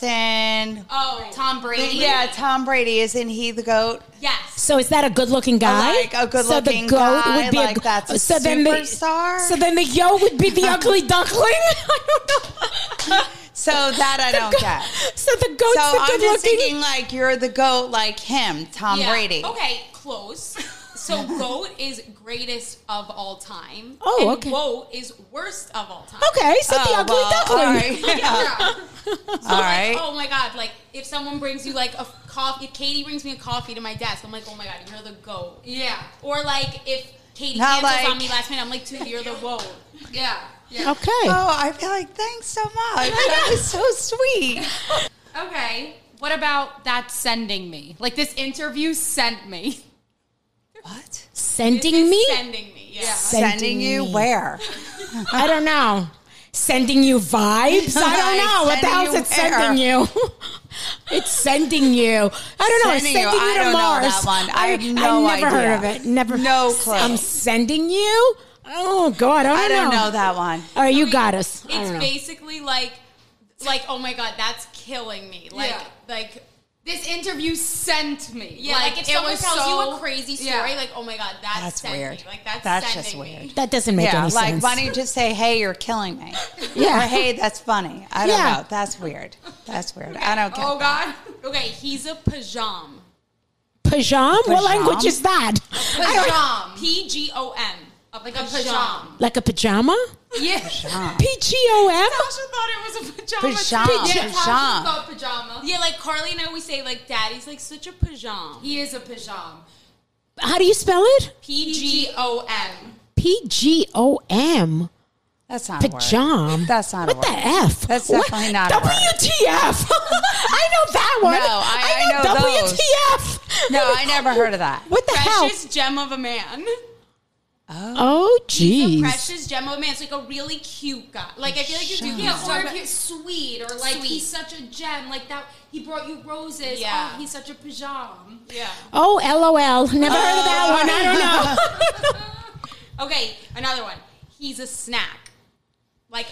Speaker 2: Boston.
Speaker 5: Oh, Tom Brady.
Speaker 2: Yeah, Tom Brady. Isn't he the goat?
Speaker 5: Yes.
Speaker 1: So is that a good-looking guy?
Speaker 2: Like a good-looking guy, like
Speaker 1: g-
Speaker 2: that's a superstar?
Speaker 1: The, so then the yo would be
Speaker 2: [LAUGHS]
Speaker 1: the ugly duckling. [LAUGHS] I don't know.
Speaker 2: So that I don't get.
Speaker 1: So the goat's
Speaker 2: So
Speaker 1: the
Speaker 2: I'm just
Speaker 1: good-looking.
Speaker 2: thinking like you're the goat, like him, Tom
Speaker 3: Yeah.
Speaker 2: Brady. Oh,
Speaker 3: Okay, close. So goat is greatest of all time.
Speaker 1: Oh,
Speaker 3: and
Speaker 1: okay.
Speaker 3: Woe is worst of all time.
Speaker 1: okay, so the
Speaker 2: Oh,
Speaker 1: ugly
Speaker 2: well,
Speaker 1: duckling.
Speaker 2: All right. [LAUGHS] All
Speaker 3: Like,
Speaker 2: right.
Speaker 3: oh my god! Like if someone brings you like a f- coffee, if Katie brings me a coffee to my desk, I'm like, oh my god, you're the goat.
Speaker 5: Yeah.
Speaker 3: Or like if Katie
Speaker 2: Not
Speaker 3: cancels on
Speaker 2: like-
Speaker 3: me last minute, I'm like, dude, you're the woe.
Speaker 5: Yeah. Yeah.
Speaker 1: Okay.
Speaker 2: Oh, I feel like thanks so much. That was so sweet.
Speaker 5: Okay. What about that sending me? Like this interview sent me.
Speaker 2: What?
Speaker 1: Sending me?
Speaker 3: Sending me. Yeah.
Speaker 2: Sending, you
Speaker 1: me.
Speaker 2: where?
Speaker 1: I don't know. Sending you vibes? I don't
Speaker 2: Like,
Speaker 1: know. What the
Speaker 2: sending
Speaker 1: hell's
Speaker 2: you
Speaker 1: it sending you? [LAUGHS] it's sending you. I don't know. It's
Speaker 2: Sending
Speaker 1: sending
Speaker 2: you.
Speaker 1: you,
Speaker 2: I
Speaker 1: to
Speaker 2: don't know
Speaker 1: Mars.
Speaker 2: that one. I have no
Speaker 1: I've never
Speaker 2: idea.
Speaker 1: heard of it. Never.
Speaker 2: No clue.
Speaker 1: I'm sending you? Oh, God. I don't,
Speaker 2: I don't
Speaker 1: know.
Speaker 2: know that one.
Speaker 1: All right, you got us. I
Speaker 3: It's
Speaker 1: don't know.
Speaker 3: basically like, like oh my god, that's killing me. Like
Speaker 5: Yeah.
Speaker 3: like
Speaker 4: [LAUGHS] this interview sent me.
Speaker 3: Yeah, like, if
Speaker 4: it
Speaker 3: someone
Speaker 4: was
Speaker 3: tells
Speaker 4: so,
Speaker 3: you a crazy story,
Speaker 4: yeah.
Speaker 3: like oh my god, that
Speaker 2: That's
Speaker 3: sent
Speaker 2: weird.
Speaker 3: Me. Like that's,
Speaker 2: That's
Speaker 3: sending
Speaker 2: just
Speaker 3: me.
Speaker 2: weird.
Speaker 1: That doesn't make
Speaker 2: yeah,
Speaker 1: any
Speaker 2: like
Speaker 1: sense.
Speaker 2: why don't you just say, "Hey, you're killing me,"
Speaker 1: [LAUGHS] Yeah.
Speaker 2: or "Hey, that's funny." I don't
Speaker 1: Yeah.
Speaker 2: know. That's weird. That's weird. I don't get.
Speaker 4: oh
Speaker 2: that.
Speaker 4: god.
Speaker 3: Okay, he's a pajam.
Speaker 1: Pajam? What
Speaker 2: Pajam?
Speaker 1: language is
Speaker 2: [LAUGHS]
Speaker 1: that? I don't-
Speaker 4: Pajam.
Speaker 3: P G O M. A like
Speaker 4: pajam.
Speaker 1: Like a pajama?
Speaker 4: Yeah.
Speaker 1: [LAUGHS] P G O M?
Speaker 4: Tasha thought it was a pajama.
Speaker 2: Pajam,
Speaker 4: too.
Speaker 2: pajam.
Speaker 4: Tasha thought pajama.
Speaker 3: Yeah, like Carly and I always say, like, Daddy's like such a pajam.
Speaker 4: He is a pajam.
Speaker 1: How do you spell it?
Speaker 3: P G
Speaker 4: G O M.
Speaker 1: P G O M.
Speaker 2: That's not a word.
Speaker 1: Pajam.
Speaker 2: That's not a
Speaker 1: What the
Speaker 2: word.
Speaker 1: F?
Speaker 2: That's
Speaker 1: What-
Speaker 2: definitely not a word.
Speaker 1: WTF. [LAUGHS] I know that one.
Speaker 2: No, I- I know those.
Speaker 1: WTF.
Speaker 2: No, I never heard of that.
Speaker 1: What the hell?
Speaker 3: Precious gem of a man.
Speaker 1: Oh,
Speaker 3: The
Speaker 1: jeez.
Speaker 3: precious gem of a man. It's like a really cute guy. Like I feel like you do.
Speaker 2: Yeah,
Speaker 5: or if you're sweet, or like he's such a gem, like that. He brought you roses.
Speaker 3: Yeah.
Speaker 5: Oh, he's such a pajam.
Speaker 3: yeah.
Speaker 1: Oh, LOL. Never heard of
Speaker 2: Oh.
Speaker 1: that one. I don't
Speaker 2: [LAUGHS]
Speaker 1: know.
Speaker 3: Okay, another one. He's a snack. Like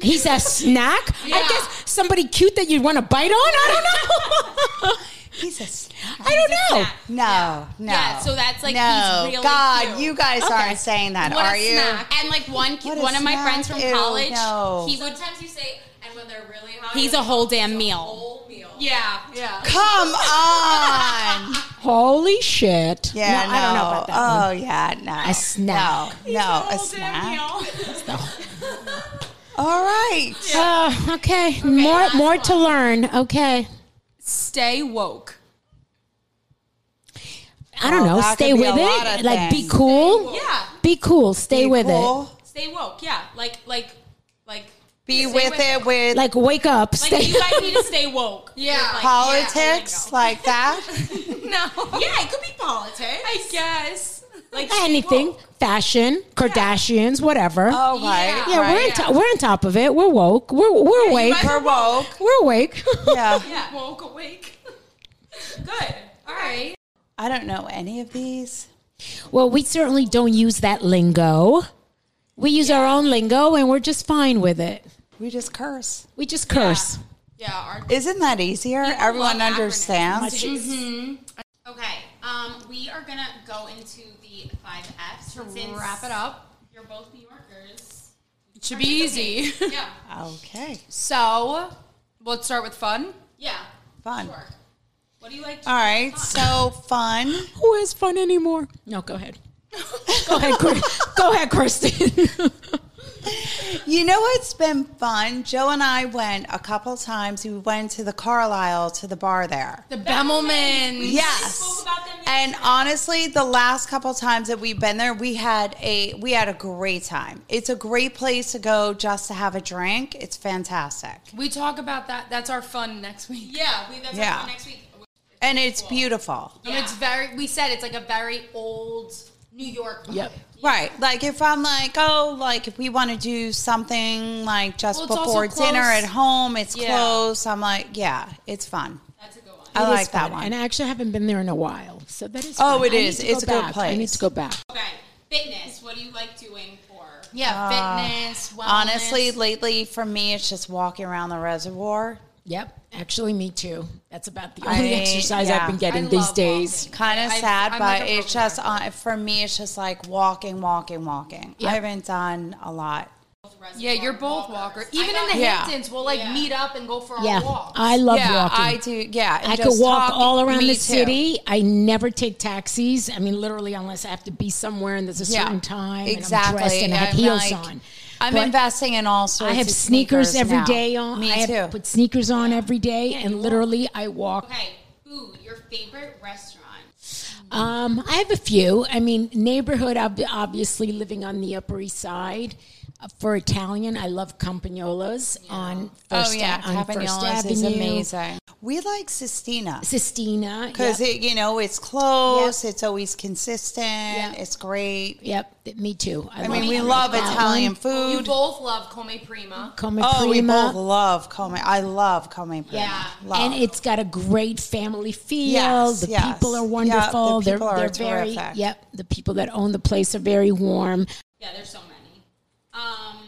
Speaker 1: He's a snack? I
Speaker 3: Yeah.
Speaker 1: guess somebody cute that you'd want to bite on?
Speaker 2: [LAUGHS]
Speaker 1: I don't know.
Speaker 2: He's a snack.
Speaker 1: I don't know.
Speaker 3: snack.
Speaker 2: No, no.
Speaker 3: Yeah, uh, so that's like
Speaker 2: Oh. no.
Speaker 3: he's really
Speaker 2: God,
Speaker 3: cute.
Speaker 2: you guys
Speaker 1: Okay.
Speaker 2: aren't saying that,
Speaker 3: What a
Speaker 2: are you?
Speaker 3: snack. And like one
Speaker 2: What a
Speaker 3: one of my
Speaker 2: snack.
Speaker 3: friends from
Speaker 2: Ew,
Speaker 3: college,
Speaker 2: no.
Speaker 3: he would
Speaker 5: Sometimes you say, and when they're really hot,
Speaker 3: he's
Speaker 5: you're
Speaker 3: a
Speaker 5: like,
Speaker 3: whole damn
Speaker 5: "Oh,
Speaker 3: meal.
Speaker 5: whole meal.
Speaker 3: Yeah, [LAUGHS] yeah.
Speaker 2: Come on.
Speaker 1: Holy shit.
Speaker 2: Yeah,
Speaker 1: no, I don't know about that
Speaker 2: Oh
Speaker 1: one.
Speaker 2: yeah, no.
Speaker 1: A snack.
Speaker 2: No, no, a snack. All right.
Speaker 1: Uh, okay. more more to learn. Okay.
Speaker 4: Stay woke.
Speaker 1: I don't
Speaker 2: Oh,
Speaker 1: know.
Speaker 2: that
Speaker 1: Stay
Speaker 2: could be
Speaker 1: with
Speaker 2: a lot
Speaker 1: it.
Speaker 2: of
Speaker 1: Like be
Speaker 2: things.
Speaker 1: cool.
Speaker 3: Yeah.
Speaker 1: Be cool. Stay with it.
Speaker 2: cool.
Speaker 3: Stay woke. Yeah. Like like like
Speaker 2: Be
Speaker 3: stay
Speaker 2: with it with
Speaker 1: Like wake up.
Speaker 3: Like
Speaker 1: stay
Speaker 3: you
Speaker 1: [LAUGHS]
Speaker 3: guys need to stay
Speaker 2: [LAUGHS]
Speaker 3: woke.
Speaker 4: Yeah.
Speaker 3: With, like,
Speaker 2: politics
Speaker 3: yeah,
Speaker 2: like
Speaker 3: [LAUGHS]
Speaker 2: that.
Speaker 4: No.
Speaker 3: there you go. Yeah, it could be politics.
Speaker 4: I guess.
Speaker 3: [LAUGHS] Like
Speaker 1: anything.
Speaker 3: woke.
Speaker 1: Fashion, Kardashians, whatever.
Speaker 2: All Oh, right.
Speaker 3: Yeah.
Speaker 1: yeah, we're on
Speaker 3: right,
Speaker 1: to- we're on top of it. We're woke. We're we're awake.
Speaker 3: guys
Speaker 2: We're woke.
Speaker 1: We're awake. [LAUGHS]
Speaker 2: Yeah.
Speaker 3: Yeah.
Speaker 4: Woke [LAUGHS] awake.
Speaker 3: Good. All right.
Speaker 2: I don't know any of these.
Speaker 1: well, we certainly don't use that lingo. We use our own lingo, and we're just fine with it.
Speaker 2: We just curse.
Speaker 1: We just curse.
Speaker 3: Yeah. Our-
Speaker 2: Isn't that easier? Everyone
Speaker 3: love acronyms.
Speaker 2: understands.
Speaker 3: okay. Um, we are gonna go
Speaker 4: [LAUGHS]
Speaker 3: into the five F's to
Speaker 4: Wrap it up.
Speaker 3: You're both New
Speaker 4: [LAUGHS]
Speaker 3: Yorkers.
Speaker 4: It should be easy.
Speaker 3: Yeah.
Speaker 2: Okay.
Speaker 4: So, let's start with fun.
Speaker 3: Yeah.
Speaker 2: Fun.
Speaker 3: Sure. What do you
Speaker 4: Uh,
Speaker 3: like? To
Speaker 2: All right. So fun.
Speaker 1: Who has fun anymore? No, go
Speaker 2: [LAUGHS]
Speaker 1: ahead. go ahead, Chris. go ahead, Kristen. [LAUGHS]
Speaker 2: You know what's been fun? Joe and I went a couple times. We went to the Carlisle to the bar there.
Speaker 4: The Bemelmans.
Speaker 2: Yes.
Speaker 3: spoke about them
Speaker 2: and honestly, the last couple times that we've been there, we had a we had a great time. It's a great place to go just to have a drink. It's fantastic.
Speaker 4: We talk about that. That's our fun next week.
Speaker 3: yeah. We that's
Speaker 2: Yeah.
Speaker 3: yeah. next week.
Speaker 2: And it's beautiful.
Speaker 4: And Um, it's very, we said it's like a very old New York. vibe.
Speaker 1: yep.
Speaker 2: Right. Like if I'm like, oh, like if we want to do something like just
Speaker 4: Well, it's also
Speaker 2: before
Speaker 4: close.
Speaker 2: dinner at home, it's
Speaker 4: Yeah.
Speaker 2: close. I'm like, yeah, it's fun.
Speaker 3: That's a good one.
Speaker 2: I
Speaker 1: It is
Speaker 2: like that
Speaker 1: fun,
Speaker 2: one.
Speaker 1: And I actually haven't been there in a while. So that is
Speaker 2: Oh,
Speaker 1: fun.
Speaker 2: it
Speaker 1: I need
Speaker 2: is.
Speaker 1: to
Speaker 2: It's
Speaker 1: go
Speaker 2: a good
Speaker 1: back. I need
Speaker 2: place.
Speaker 1: to go back.
Speaker 3: Okay. Fitness. What do you like doing for?
Speaker 4: Yeah.
Speaker 2: Uh,
Speaker 4: fitness. Wellness.
Speaker 2: Honestly, lately for me, it's just walking around the reservoir.
Speaker 1: Yep. Actually, me too. That's about the only
Speaker 2: I-
Speaker 1: exercise
Speaker 2: yeah.
Speaker 1: I've been getting
Speaker 4: I
Speaker 1: these
Speaker 4: love
Speaker 1: days.
Speaker 2: Kind of
Speaker 4: I've-
Speaker 2: sad,
Speaker 4: I'm
Speaker 2: but
Speaker 4: like a
Speaker 2: it's
Speaker 4: broken
Speaker 2: just uh, for me, it's just like walking, walking, walking. I haven't done a lot.
Speaker 4: yeah, you're both walkers. Even in the
Speaker 2: Yeah.
Speaker 4: Hamptons, we'll like
Speaker 3: Yeah.
Speaker 4: meet up and go for a
Speaker 1: Yeah.
Speaker 4: walk.
Speaker 1: I love
Speaker 2: yeah,
Speaker 1: walking.
Speaker 2: I do. Yeah, and
Speaker 1: I could
Speaker 2: just
Speaker 1: walk
Speaker 2: talking.
Speaker 1: all around
Speaker 2: Me
Speaker 1: the
Speaker 2: too.
Speaker 1: city. I never take taxis. I mean, literally, unless I have to be somewhere and there's a certain time.
Speaker 2: exactly.
Speaker 1: And I'm dressed and I have
Speaker 2: I'm
Speaker 1: heels
Speaker 2: like-
Speaker 1: on.
Speaker 2: I'm
Speaker 1: But
Speaker 2: investing in all sorts.
Speaker 1: I have
Speaker 2: of
Speaker 1: sneakers, every
Speaker 2: now.
Speaker 1: day on.
Speaker 2: Me
Speaker 1: I have
Speaker 2: too.
Speaker 1: put sneakers on every day, and literally, I walk
Speaker 3: Okay. Food. Your favorite restaurant.
Speaker 1: Um, I have a few. I mean, neighborhood, ob- obviously, living on the Upper East Side. Uh, For Italian, I love Campagnolas on First,
Speaker 2: oh yeah,
Speaker 1: on First
Speaker 2: Campagnola's
Speaker 1: Avenue.
Speaker 2: is amazing. We like Sistina
Speaker 1: Sistina.
Speaker 2: because
Speaker 1: yep.
Speaker 2: it, you know, it's close. It's always consistent. It's great.
Speaker 1: Yep, th- me too.
Speaker 2: I mean, we love Italian
Speaker 4: you
Speaker 2: food.
Speaker 4: both love Come Prima.
Speaker 1: Come
Speaker 2: Oh, we
Speaker 1: prima.
Speaker 2: both love Come. I love Come.
Speaker 1: Yeah,
Speaker 2: love.
Speaker 1: and it's got a great family feel.
Speaker 2: Yes,
Speaker 1: the
Speaker 2: yes.
Speaker 1: people are
Speaker 2: Yeah, the
Speaker 1: wonderful. they're
Speaker 2: people are
Speaker 1: they're very
Speaker 2: terrific.
Speaker 1: yep. The people that own the place are very warm.
Speaker 3: Yeah, there's so many. Um,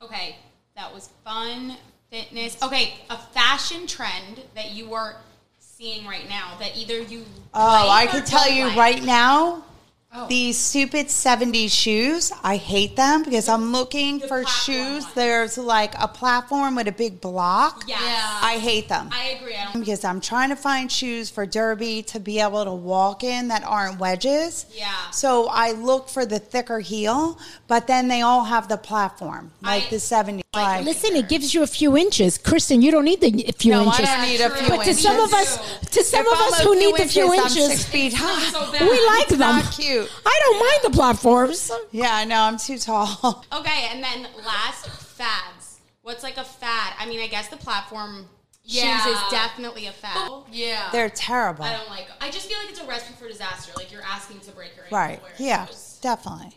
Speaker 3: okay, that was fun. Fitness. Okay, a fashion trend that you are seeing right now that either you
Speaker 2: Oh, I
Speaker 3: like or
Speaker 2: could tell
Speaker 3: don't
Speaker 2: you
Speaker 3: like.
Speaker 2: right now.
Speaker 1: Oh.
Speaker 2: These stupid 70s shoes, I hate them because I'm looking for
Speaker 3: platform
Speaker 2: shoes.
Speaker 3: ones.
Speaker 2: There's like a platform with a big block.
Speaker 3: Yes.
Speaker 2: I hate them.
Speaker 3: I agree. I don't.
Speaker 2: because I'm trying to find shoes for Derby to be able to walk in that aren't wedges.
Speaker 3: Yeah.
Speaker 2: So I look for the thicker heel, but then they all have the platform, like
Speaker 3: I-
Speaker 2: the 70s. Like,
Speaker 1: Listen, it gives you a few inches, Kristen. You don't need the a few
Speaker 2: no, I
Speaker 1: inches.
Speaker 2: don't need a
Speaker 4: But
Speaker 2: few
Speaker 4: to
Speaker 1: but to
Speaker 2: inches.
Speaker 1: some of us, to some
Speaker 2: If
Speaker 1: of
Speaker 2: I'm
Speaker 1: us
Speaker 2: a
Speaker 1: who need the few
Speaker 2: I'm
Speaker 1: inches,
Speaker 2: um, six feet high.
Speaker 1: we like them.
Speaker 2: not cute.
Speaker 1: I don't mind the platforms.
Speaker 2: Yeah, no, I'm too tall. [LAUGHS]
Speaker 3: Okay, and then last fads. What's like a fad? I mean, I guess the platform shoes is
Speaker 5: Yeah.
Speaker 3: definitely a fad.
Speaker 5: Yeah.
Speaker 2: They're terrible.
Speaker 3: I don't like. I just feel like it's a recipe for disaster. Like you're asking to break your ankle.
Speaker 2: Right.
Speaker 3: wearing
Speaker 2: Yeah,
Speaker 3: shoes.
Speaker 2: definitely.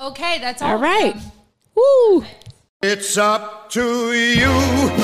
Speaker 4: Okay, that's all.
Speaker 1: All
Speaker 4: of
Speaker 1: right.
Speaker 4: them.
Speaker 1: Woo.
Speaker 6: It's up to you.